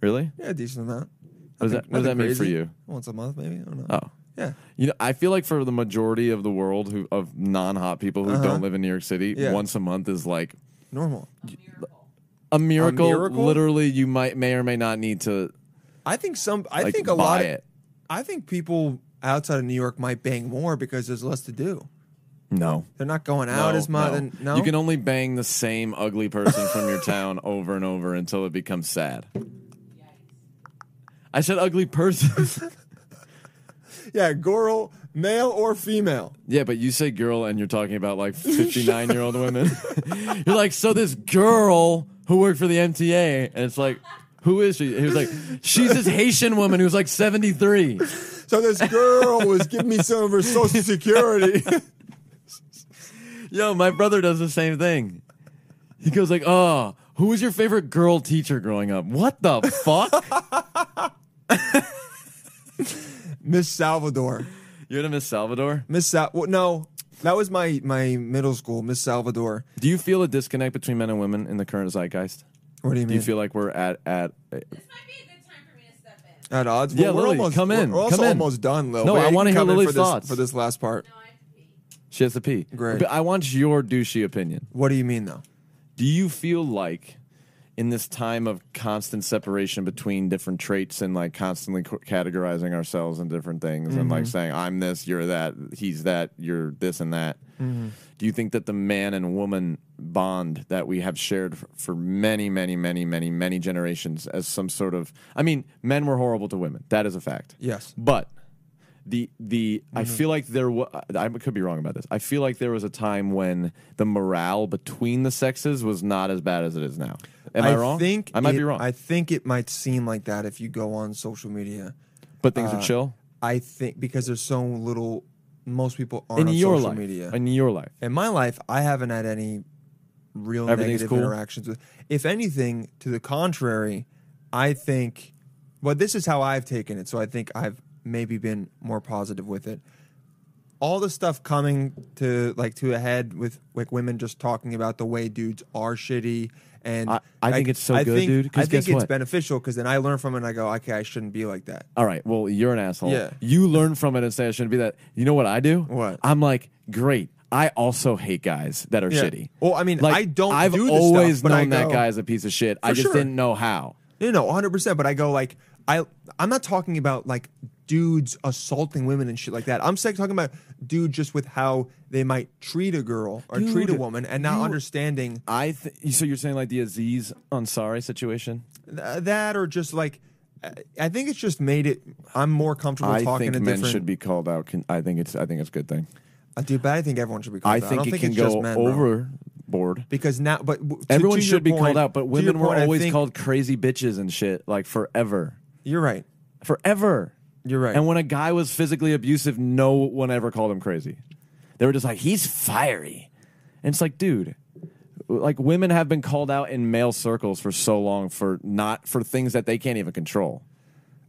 Speaker 5: Really?
Speaker 4: Yeah, a decent amount.
Speaker 5: What does that What does that
Speaker 4: Nothing
Speaker 5: mean for
Speaker 4: crazy.
Speaker 5: you?
Speaker 4: Once a month, maybe. I don't know.
Speaker 5: Oh,
Speaker 4: Yeah.
Speaker 5: you know, I feel like for the majority of the world who of Uh-huh. non-hot people who don't live in New York City,
Speaker 4: Yeah.
Speaker 5: once a month is like
Speaker 4: Normal.
Speaker 7: A miracle.
Speaker 5: a miracle,
Speaker 4: miracle?
Speaker 5: literally you might may or may not need to
Speaker 4: I think some. I
Speaker 5: like
Speaker 4: think a
Speaker 5: buy
Speaker 4: lot. Of,
Speaker 5: it.
Speaker 4: I think people outside of New York might bang more because there's less to do.
Speaker 5: No.
Speaker 4: They're not going out as much.
Speaker 5: no.
Speaker 4: and- No,
Speaker 5: You can only bang the same ugly person from your town over and over until it becomes sad. I said ugly person.
Speaker 4: yeah, girl, male or female.
Speaker 5: yeah, but you say girl and you're talking about like 59 year old women. you're like, so this girl who worked for the MTA, and it's like, who is she? He was like, she's this Haitian woman who's like 73.
Speaker 4: So this girl was giving me some of her social security.
Speaker 5: Yo, my brother does the same thing. He goes like, "Oh, who was your favorite girl teacher growing up? What the fuck?
Speaker 4: Miss Salvador.
Speaker 5: You're to Miss Salvador?
Speaker 4: Miss Sal. Well, no, that was my my middle school. Miss Salvador.
Speaker 5: Do you feel a disconnect between men and women in the current zeitgeist?
Speaker 4: What do you
Speaker 5: Do
Speaker 4: mean?
Speaker 5: you feel like we're at at?
Speaker 7: This might be a good time for me to step in.
Speaker 4: at odds?
Speaker 5: Yeah,
Speaker 4: Well, we're
Speaker 5: Lily,
Speaker 4: almost,
Speaker 5: come
Speaker 4: we're-
Speaker 5: in,
Speaker 4: We're also
Speaker 5: come in.
Speaker 4: almost done, Lil.
Speaker 5: No,
Speaker 4: Wait,
Speaker 5: I
Speaker 4: you
Speaker 5: wanna
Speaker 4: can
Speaker 5: hear
Speaker 4: come in
Speaker 5: Lily's
Speaker 4: for this-
Speaker 5: thoughts.
Speaker 4: for this last part.
Speaker 7: No, I have to pee.
Speaker 5: She has to pee.
Speaker 4: Great.
Speaker 5: But I want your douchey opinion.
Speaker 4: What do you mean though?
Speaker 5: Do you feel like in this time of constant separation between different traits and like constantly c- categorizing ourselves in different things and
Speaker 4: Mm-hmm.
Speaker 5: like saying I'm this, you're that, he's that, you're this and that.
Speaker 4: Mm-hmm.
Speaker 5: Do you think that the man and woman bond that we have shared f- for many, many, many, many, many generations as some sort of I mean, men were horrible to women. That is a fact.
Speaker 4: Yes.
Speaker 5: But the the I
Speaker 4: Mm-hmm.
Speaker 5: feel like there was I could be wrong about this. I feel like there was a time when the morale between the sexes was not as bad as it is now. Am I, wrong?
Speaker 4: Think
Speaker 5: I might be
Speaker 4: it-
Speaker 5: wrong.
Speaker 4: I think it might seem like that if you go on social media.
Speaker 5: but things
Speaker 4: uh,
Speaker 5: are chill
Speaker 4: I think because there's so little, most people aren't
Speaker 5: in
Speaker 4: on
Speaker 5: your
Speaker 4: social
Speaker 5: life.
Speaker 4: media.
Speaker 5: In your life,
Speaker 4: in my life, I haven't had any real
Speaker 5: Everything's
Speaker 4: negative
Speaker 5: cool?
Speaker 4: interactions with. If anything, to the contrary, I think. Well, this is how I've taken it, so I think I've maybe been more positive with it. All the stuff coming to like to a head with like women just talking about the way dudes are shitty, and
Speaker 5: I- I think it's so good, dude, 'cause
Speaker 4: I think
Speaker 5: guess
Speaker 4: it's
Speaker 5: what?
Speaker 4: beneficial because then I learn from it and I go, okay, I shouldn't be like that.
Speaker 5: all right. Well, you're an asshole.
Speaker 4: Yeah.
Speaker 5: You learn from it and say I shouldn't be that. You know what I do?
Speaker 4: What?
Speaker 5: I'm like, great. I also hate guys that are
Speaker 4: Yeah.
Speaker 5: shitty.
Speaker 4: Well, I mean,
Speaker 5: like,
Speaker 4: I don't
Speaker 5: I've
Speaker 4: do this stuff,
Speaker 5: always
Speaker 4: but I
Speaker 5: known that
Speaker 4: go-
Speaker 5: guy is a piece of shit. I just
Speaker 4: sure.
Speaker 5: didn't know how.
Speaker 4: No, no, 100%. But I go like, I, I'm not talking about like dudes assaulting women and shit like that. I'm sec- talking about dude just with how they might treat a girl or treat a
Speaker 5: Dude,
Speaker 4: woman and not
Speaker 5: you-
Speaker 4: understanding
Speaker 5: I th- so you're saying like the Aziz Ansari situation?
Speaker 4: th- that or just like, I- I think it's just made it. I'm more comfortable
Speaker 5: I
Speaker 4: talking
Speaker 5: think
Speaker 4: to
Speaker 5: men
Speaker 4: different.
Speaker 5: should be called out. Can, I think it's. I think it's a good thing.
Speaker 4: I do, but I think everyone should be. Called
Speaker 5: I
Speaker 4: out.
Speaker 5: think
Speaker 4: don't
Speaker 5: it
Speaker 4: think
Speaker 5: can
Speaker 4: it's just
Speaker 5: go
Speaker 4: men, bro.
Speaker 5: overboard.
Speaker 4: because now. But w- to-
Speaker 5: Everyone
Speaker 4: to your
Speaker 5: should be
Speaker 4: point-
Speaker 5: called out, but
Speaker 4: to your
Speaker 5: women were
Speaker 4: point, I
Speaker 5: always
Speaker 4: think-
Speaker 5: called crazy bitches and shit like forever,
Speaker 4: You're right.
Speaker 5: forever.
Speaker 4: You're right.
Speaker 5: And when a guy was physically abusive, no one ever called him crazy. They were just like, he's fiery, and it's like, dude. Like women have been called out in male circles for so long for not for things that they can't even control.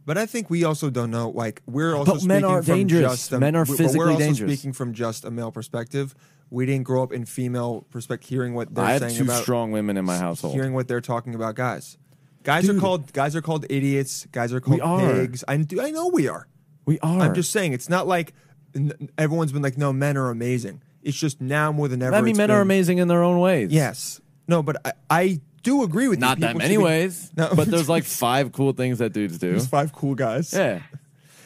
Speaker 4: But I think we also don't know. Like we're also
Speaker 5: But
Speaker 4: speaking
Speaker 5: men are
Speaker 4: from
Speaker 5: dangerous.
Speaker 4: just a,
Speaker 5: Men are
Speaker 4: we- but
Speaker 5: physically
Speaker 4: we're also
Speaker 5: dangerous.
Speaker 4: Speaking from just a male perspective, we didn't grow up in female perspective. Hearing what they're
Speaker 5: I have
Speaker 4: saying
Speaker 5: two
Speaker 4: about
Speaker 5: strong women in my household.
Speaker 4: hearing what they're talking about, guys. Guys are
Speaker 5: Dude.
Speaker 4: called guys are called idiots. Guys are called
Speaker 5: are.
Speaker 4: pigs. I do. I know we are.
Speaker 5: we are.
Speaker 4: I'm just saying. It's not like n- everyone's been like, no, men are amazing. It's just now more than ever.
Speaker 5: I mean,
Speaker 4: it's
Speaker 5: men are
Speaker 4: been-
Speaker 5: amazing in their own ways.
Speaker 4: Yes. No, but I, I do agree with you.
Speaker 5: Not that
Speaker 4: People
Speaker 5: many
Speaker 4: should be-
Speaker 5: ways,
Speaker 4: No.
Speaker 5: but there's like five cool things that dudes do.
Speaker 4: There's five cool guys.
Speaker 5: Yeah.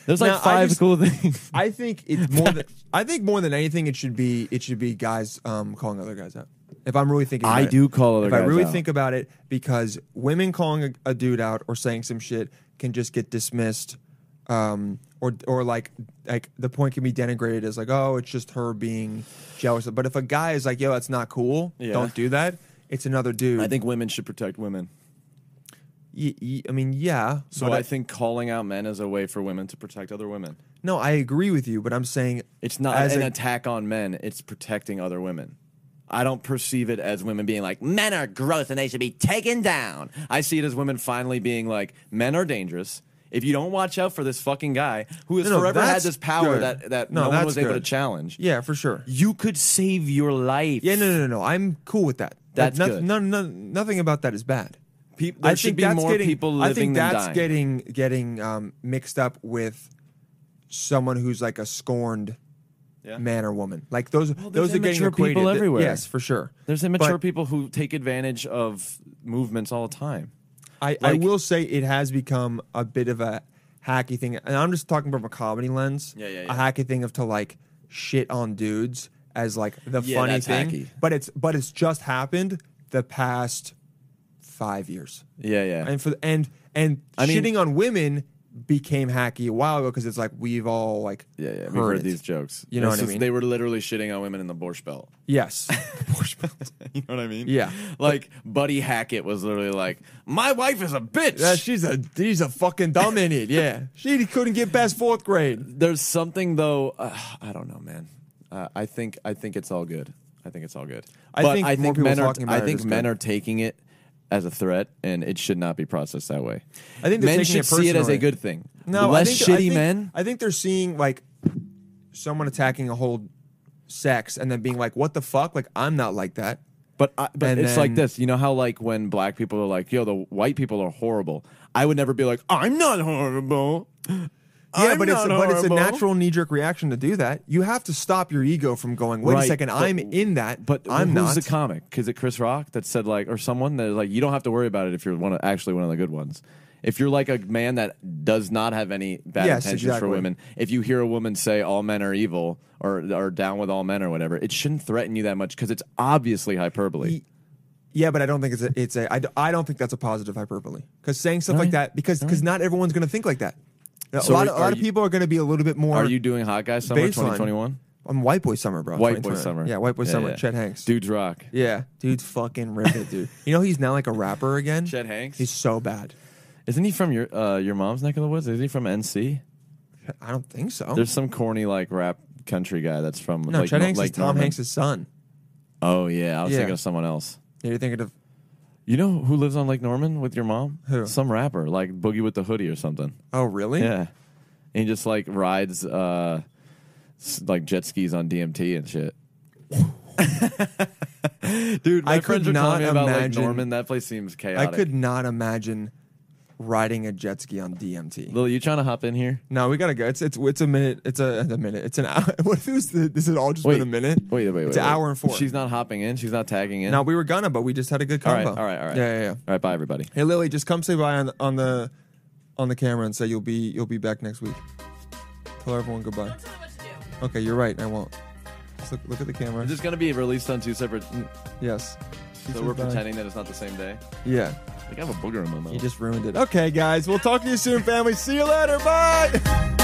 Speaker 5: There's
Speaker 4: Now, I
Speaker 5: like five
Speaker 4: just-
Speaker 5: cool things.
Speaker 4: I think it's more than I think more than anything, it should be it should be guys um, calling other guys out. If I'm really thinking,
Speaker 5: I
Speaker 4: about it.
Speaker 5: do call other
Speaker 4: If I
Speaker 5: guys
Speaker 4: really
Speaker 5: out.
Speaker 4: think about it, because women calling a, a dude out or saying some shit can just get dismissed, um, or or like like the point can be denigrated as like oh it's just her being jealous. But if a guy is like yo that's not cool,
Speaker 5: Yeah.
Speaker 4: don't do that. It's another dude.
Speaker 5: I think women should protect women.
Speaker 4: Y- y- I mean yeah.
Speaker 5: So
Speaker 4: but
Speaker 5: I think calling out men is a way for women to protect other women.
Speaker 4: no, I agree with you, but I'm saying
Speaker 5: It's not
Speaker 4: as
Speaker 5: an
Speaker 4: a-
Speaker 5: attack on men, it's protecting other women. I don't perceive it as women being like, men are gross and they should be taken down. I see it as women finally being like, men are dangerous. If you don't watch out for this fucking guy who has
Speaker 4: No, no,
Speaker 5: forever had
Speaker 4: that's
Speaker 5: this power
Speaker 4: good.
Speaker 5: that, that
Speaker 4: No,
Speaker 5: no, one
Speaker 4: that's
Speaker 5: was able to
Speaker 4: good.
Speaker 5: challenge,
Speaker 4: yeah for sure.
Speaker 5: you could save your life.
Speaker 4: Yeah, no, no, no, no. I'm cool with that.
Speaker 5: That's
Speaker 4: Like,
Speaker 5: good.
Speaker 4: No, no, nothing about that is bad.
Speaker 5: Peop- there
Speaker 4: I
Speaker 5: should
Speaker 4: think
Speaker 5: be
Speaker 4: that's
Speaker 5: more
Speaker 4: getting,
Speaker 5: people
Speaker 4: I
Speaker 5: living
Speaker 4: think
Speaker 5: than
Speaker 4: that's
Speaker 5: dying.
Speaker 4: getting getting um, mixed up with someone who's like a scorned
Speaker 5: Yeah.
Speaker 4: man or woman. Like those,
Speaker 5: there's
Speaker 4: those are getting
Speaker 5: immature people
Speaker 4: equated. Th-
Speaker 5: everywhere.
Speaker 4: Yes, for sure.
Speaker 5: There's immature
Speaker 4: But-
Speaker 5: people who take advantage of movements all the time.
Speaker 4: I, I
Speaker 5: Like-
Speaker 4: will say it has become a bit of a hacky thing, and I'm just talking from a comedy lens.
Speaker 5: Yeah, yeah,
Speaker 4: A
Speaker 5: yeah.
Speaker 4: hacky thing of to like shit on dudes as like the
Speaker 5: Yeah,
Speaker 4: funny
Speaker 5: that's
Speaker 4: thing,
Speaker 5: hacky.
Speaker 4: but it's but it's just happened the past five years,
Speaker 5: Yeah, yeah.
Speaker 4: and for the- and and
Speaker 5: I mean-
Speaker 4: shitting on women became hacky a while ago because it's like we've all like
Speaker 5: yeah, yeah. We've
Speaker 4: heard
Speaker 5: heard
Speaker 4: it.
Speaker 5: these jokes.
Speaker 4: You know
Speaker 5: It's
Speaker 4: what I
Speaker 5: just-
Speaker 4: mean?
Speaker 5: They were literally shitting on women in the Borscht Belt.
Speaker 4: yes
Speaker 5: you know what I mean?
Speaker 4: Yeah.
Speaker 5: Like Buddy Hackett was literally like, "My wife is a bitch."
Speaker 4: yeah she's a she's a fucking dumb idiot yeah she couldn't get past fourth grade
Speaker 5: There's something though. Uh, I don't know, man. Uh, I think I think it's all good. I think it's all good.
Speaker 4: I think more people
Speaker 5: men are.
Speaker 4: talking about
Speaker 5: I
Speaker 4: it
Speaker 5: think
Speaker 4: is
Speaker 5: men
Speaker 4: good.
Speaker 5: are taking it as a threat, and it should not be processed that way.
Speaker 4: I think they're
Speaker 5: men
Speaker 4: taking
Speaker 5: should
Speaker 4: it
Speaker 5: see it as a
Speaker 4: personally.
Speaker 5: good thing.
Speaker 4: No,
Speaker 5: less
Speaker 4: I think,
Speaker 5: shitty
Speaker 4: I think-
Speaker 5: men.
Speaker 4: I think they're seeing like someone attacking a whole sex and then being like, "What the fuck? Like, I'm not like that."
Speaker 5: But I, but
Speaker 4: And
Speaker 5: it's like
Speaker 4: then-
Speaker 5: this. You know how like when black people are like, "Yo, the white people are horrible." I would never be like, "I'm not horrible."
Speaker 4: Yeah,
Speaker 5: I'm
Speaker 4: but it's
Speaker 5: not
Speaker 4: but it's a
Speaker 5: horrible.
Speaker 4: natural knee jerk reaction to do that. You have to stop your ego from going, "Wait
Speaker 5: Right,
Speaker 4: a second,
Speaker 5: but-
Speaker 4: I'm in that,
Speaker 5: But
Speaker 4: I'm
Speaker 5: who's
Speaker 4: not."
Speaker 5: the comic? Is it Chris Rock that said like, or someone that like, you don't have to worry about it if you're one of, actually one of the good ones. If you're like a man that does not have any bad
Speaker 4: Yes,
Speaker 5: intentions for
Speaker 4: exactly.
Speaker 5: women, if you hear a woman say all men are evil or or down with all men or whatever, it shouldn't threaten you that much because it's obviously hyperbole.
Speaker 4: Ye- yeah, but I don't think it's a, it's a I, d- I don't think that's a positive hyperbole because saying stuff like
Speaker 5: Alright,
Speaker 4: that because because not everyone's going to think like that. A
Speaker 5: So
Speaker 4: lot
Speaker 5: are-
Speaker 4: of,
Speaker 5: are
Speaker 4: a lot of
Speaker 5: you-
Speaker 4: people are going to be a little bit more.
Speaker 5: Are you doing Hot Guy Summer
Speaker 4: baseline.
Speaker 5: 2021?
Speaker 4: I'm white boy summer, bro.
Speaker 5: White Boy
Speaker 4: 2020.
Speaker 5: Summer.
Speaker 4: Yeah, white boy
Speaker 5: Yeah,
Speaker 4: summer.
Speaker 5: yeah.
Speaker 4: Chet Hanks.
Speaker 5: Dudes Rock.
Speaker 4: Yeah, dude's fucking ripped it, dude. You know he's now like a rapper again.
Speaker 5: Chet Hanks?
Speaker 4: He's so bad.
Speaker 5: Isn't he from your uh, your mom's neck of the woods? Is he from NC?
Speaker 4: I don't think so.
Speaker 5: There's some corny like rap country guy that's from
Speaker 4: no,
Speaker 5: like,
Speaker 4: Chet
Speaker 5: Mo-
Speaker 4: Hanks
Speaker 5: like
Speaker 4: is Tom
Speaker 5: Norman.
Speaker 4: Hanks' son.
Speaker 5: Oh yeah, I was
Speaker 4: Yeah.
Speaker 5: thinking of someone else.
Speaker 4: Yeah, you're thinking of
Speaker 5: You know who lives on Lake Norman with your mom?
Speaker 4: Who?
Speaker 5: Some rapper, like Boogie with the Hoodie or something.
Speaker 4: oh really?
Speaker 5: Yeah. And he just like rides uh s- like jet skis on DMT and shit. Dude, my
Speaker 4: I
Speaker 5: friends
Speaker 4: could
Speaker 5: are telling
Speaker 4: not
Speaker 5: me about Lake
Speaker 4: imagine-
Speaker 5: Norman. That place seems
Speaker 4: I
Speaker 5: chaotic.
Speaker 4: could not imagine riding a jet ski on DMT.
Speaker 5: Lily, you trying to hop in here?
Speaker 4: No, we gotta go. It's it's it's a minute. It's a, it's a minute. It's an hour. What if it was the, this had all just
Speaker 5: Wait
Speaker 4: been a minute?
Speaker 5: Wait, wait, wait.
Speaker 4: It's an
Speaker 5: wait.
Speaker 4: hour and four.
Speaker 5: She's not hopping in. She's not tagging in.
Speaker 4: No, we were gonna, but we just had a good
Speaker 5: all right,
Speaker 4: combo.
Speaker 5: all right, all right.
Speaker 4: Yeah, yeah, yeah.
Speaker 5: All right, bye everybody.
Speaker 4: Hey Lily, just come say bye on on the on the camera and say you'll be you'll be back next week. Tell everyone goodbye.
Speaker 7: Don't tell me what to do.
Speaker 4: Okay, you're right. I won't. Just look, look at the camera.
Speaker 5: Is this gonna be released on two separate?
Speaker 4: yes.
Speaker 5: So we're pretending that it's not the same day.
Speaker 4: Yeah.
Speaker 5: I think I have a booger in my mouth.
Speaker 4: You just ruined it. Okay, guys. We'll talk to you soon, family. See you later. Bye.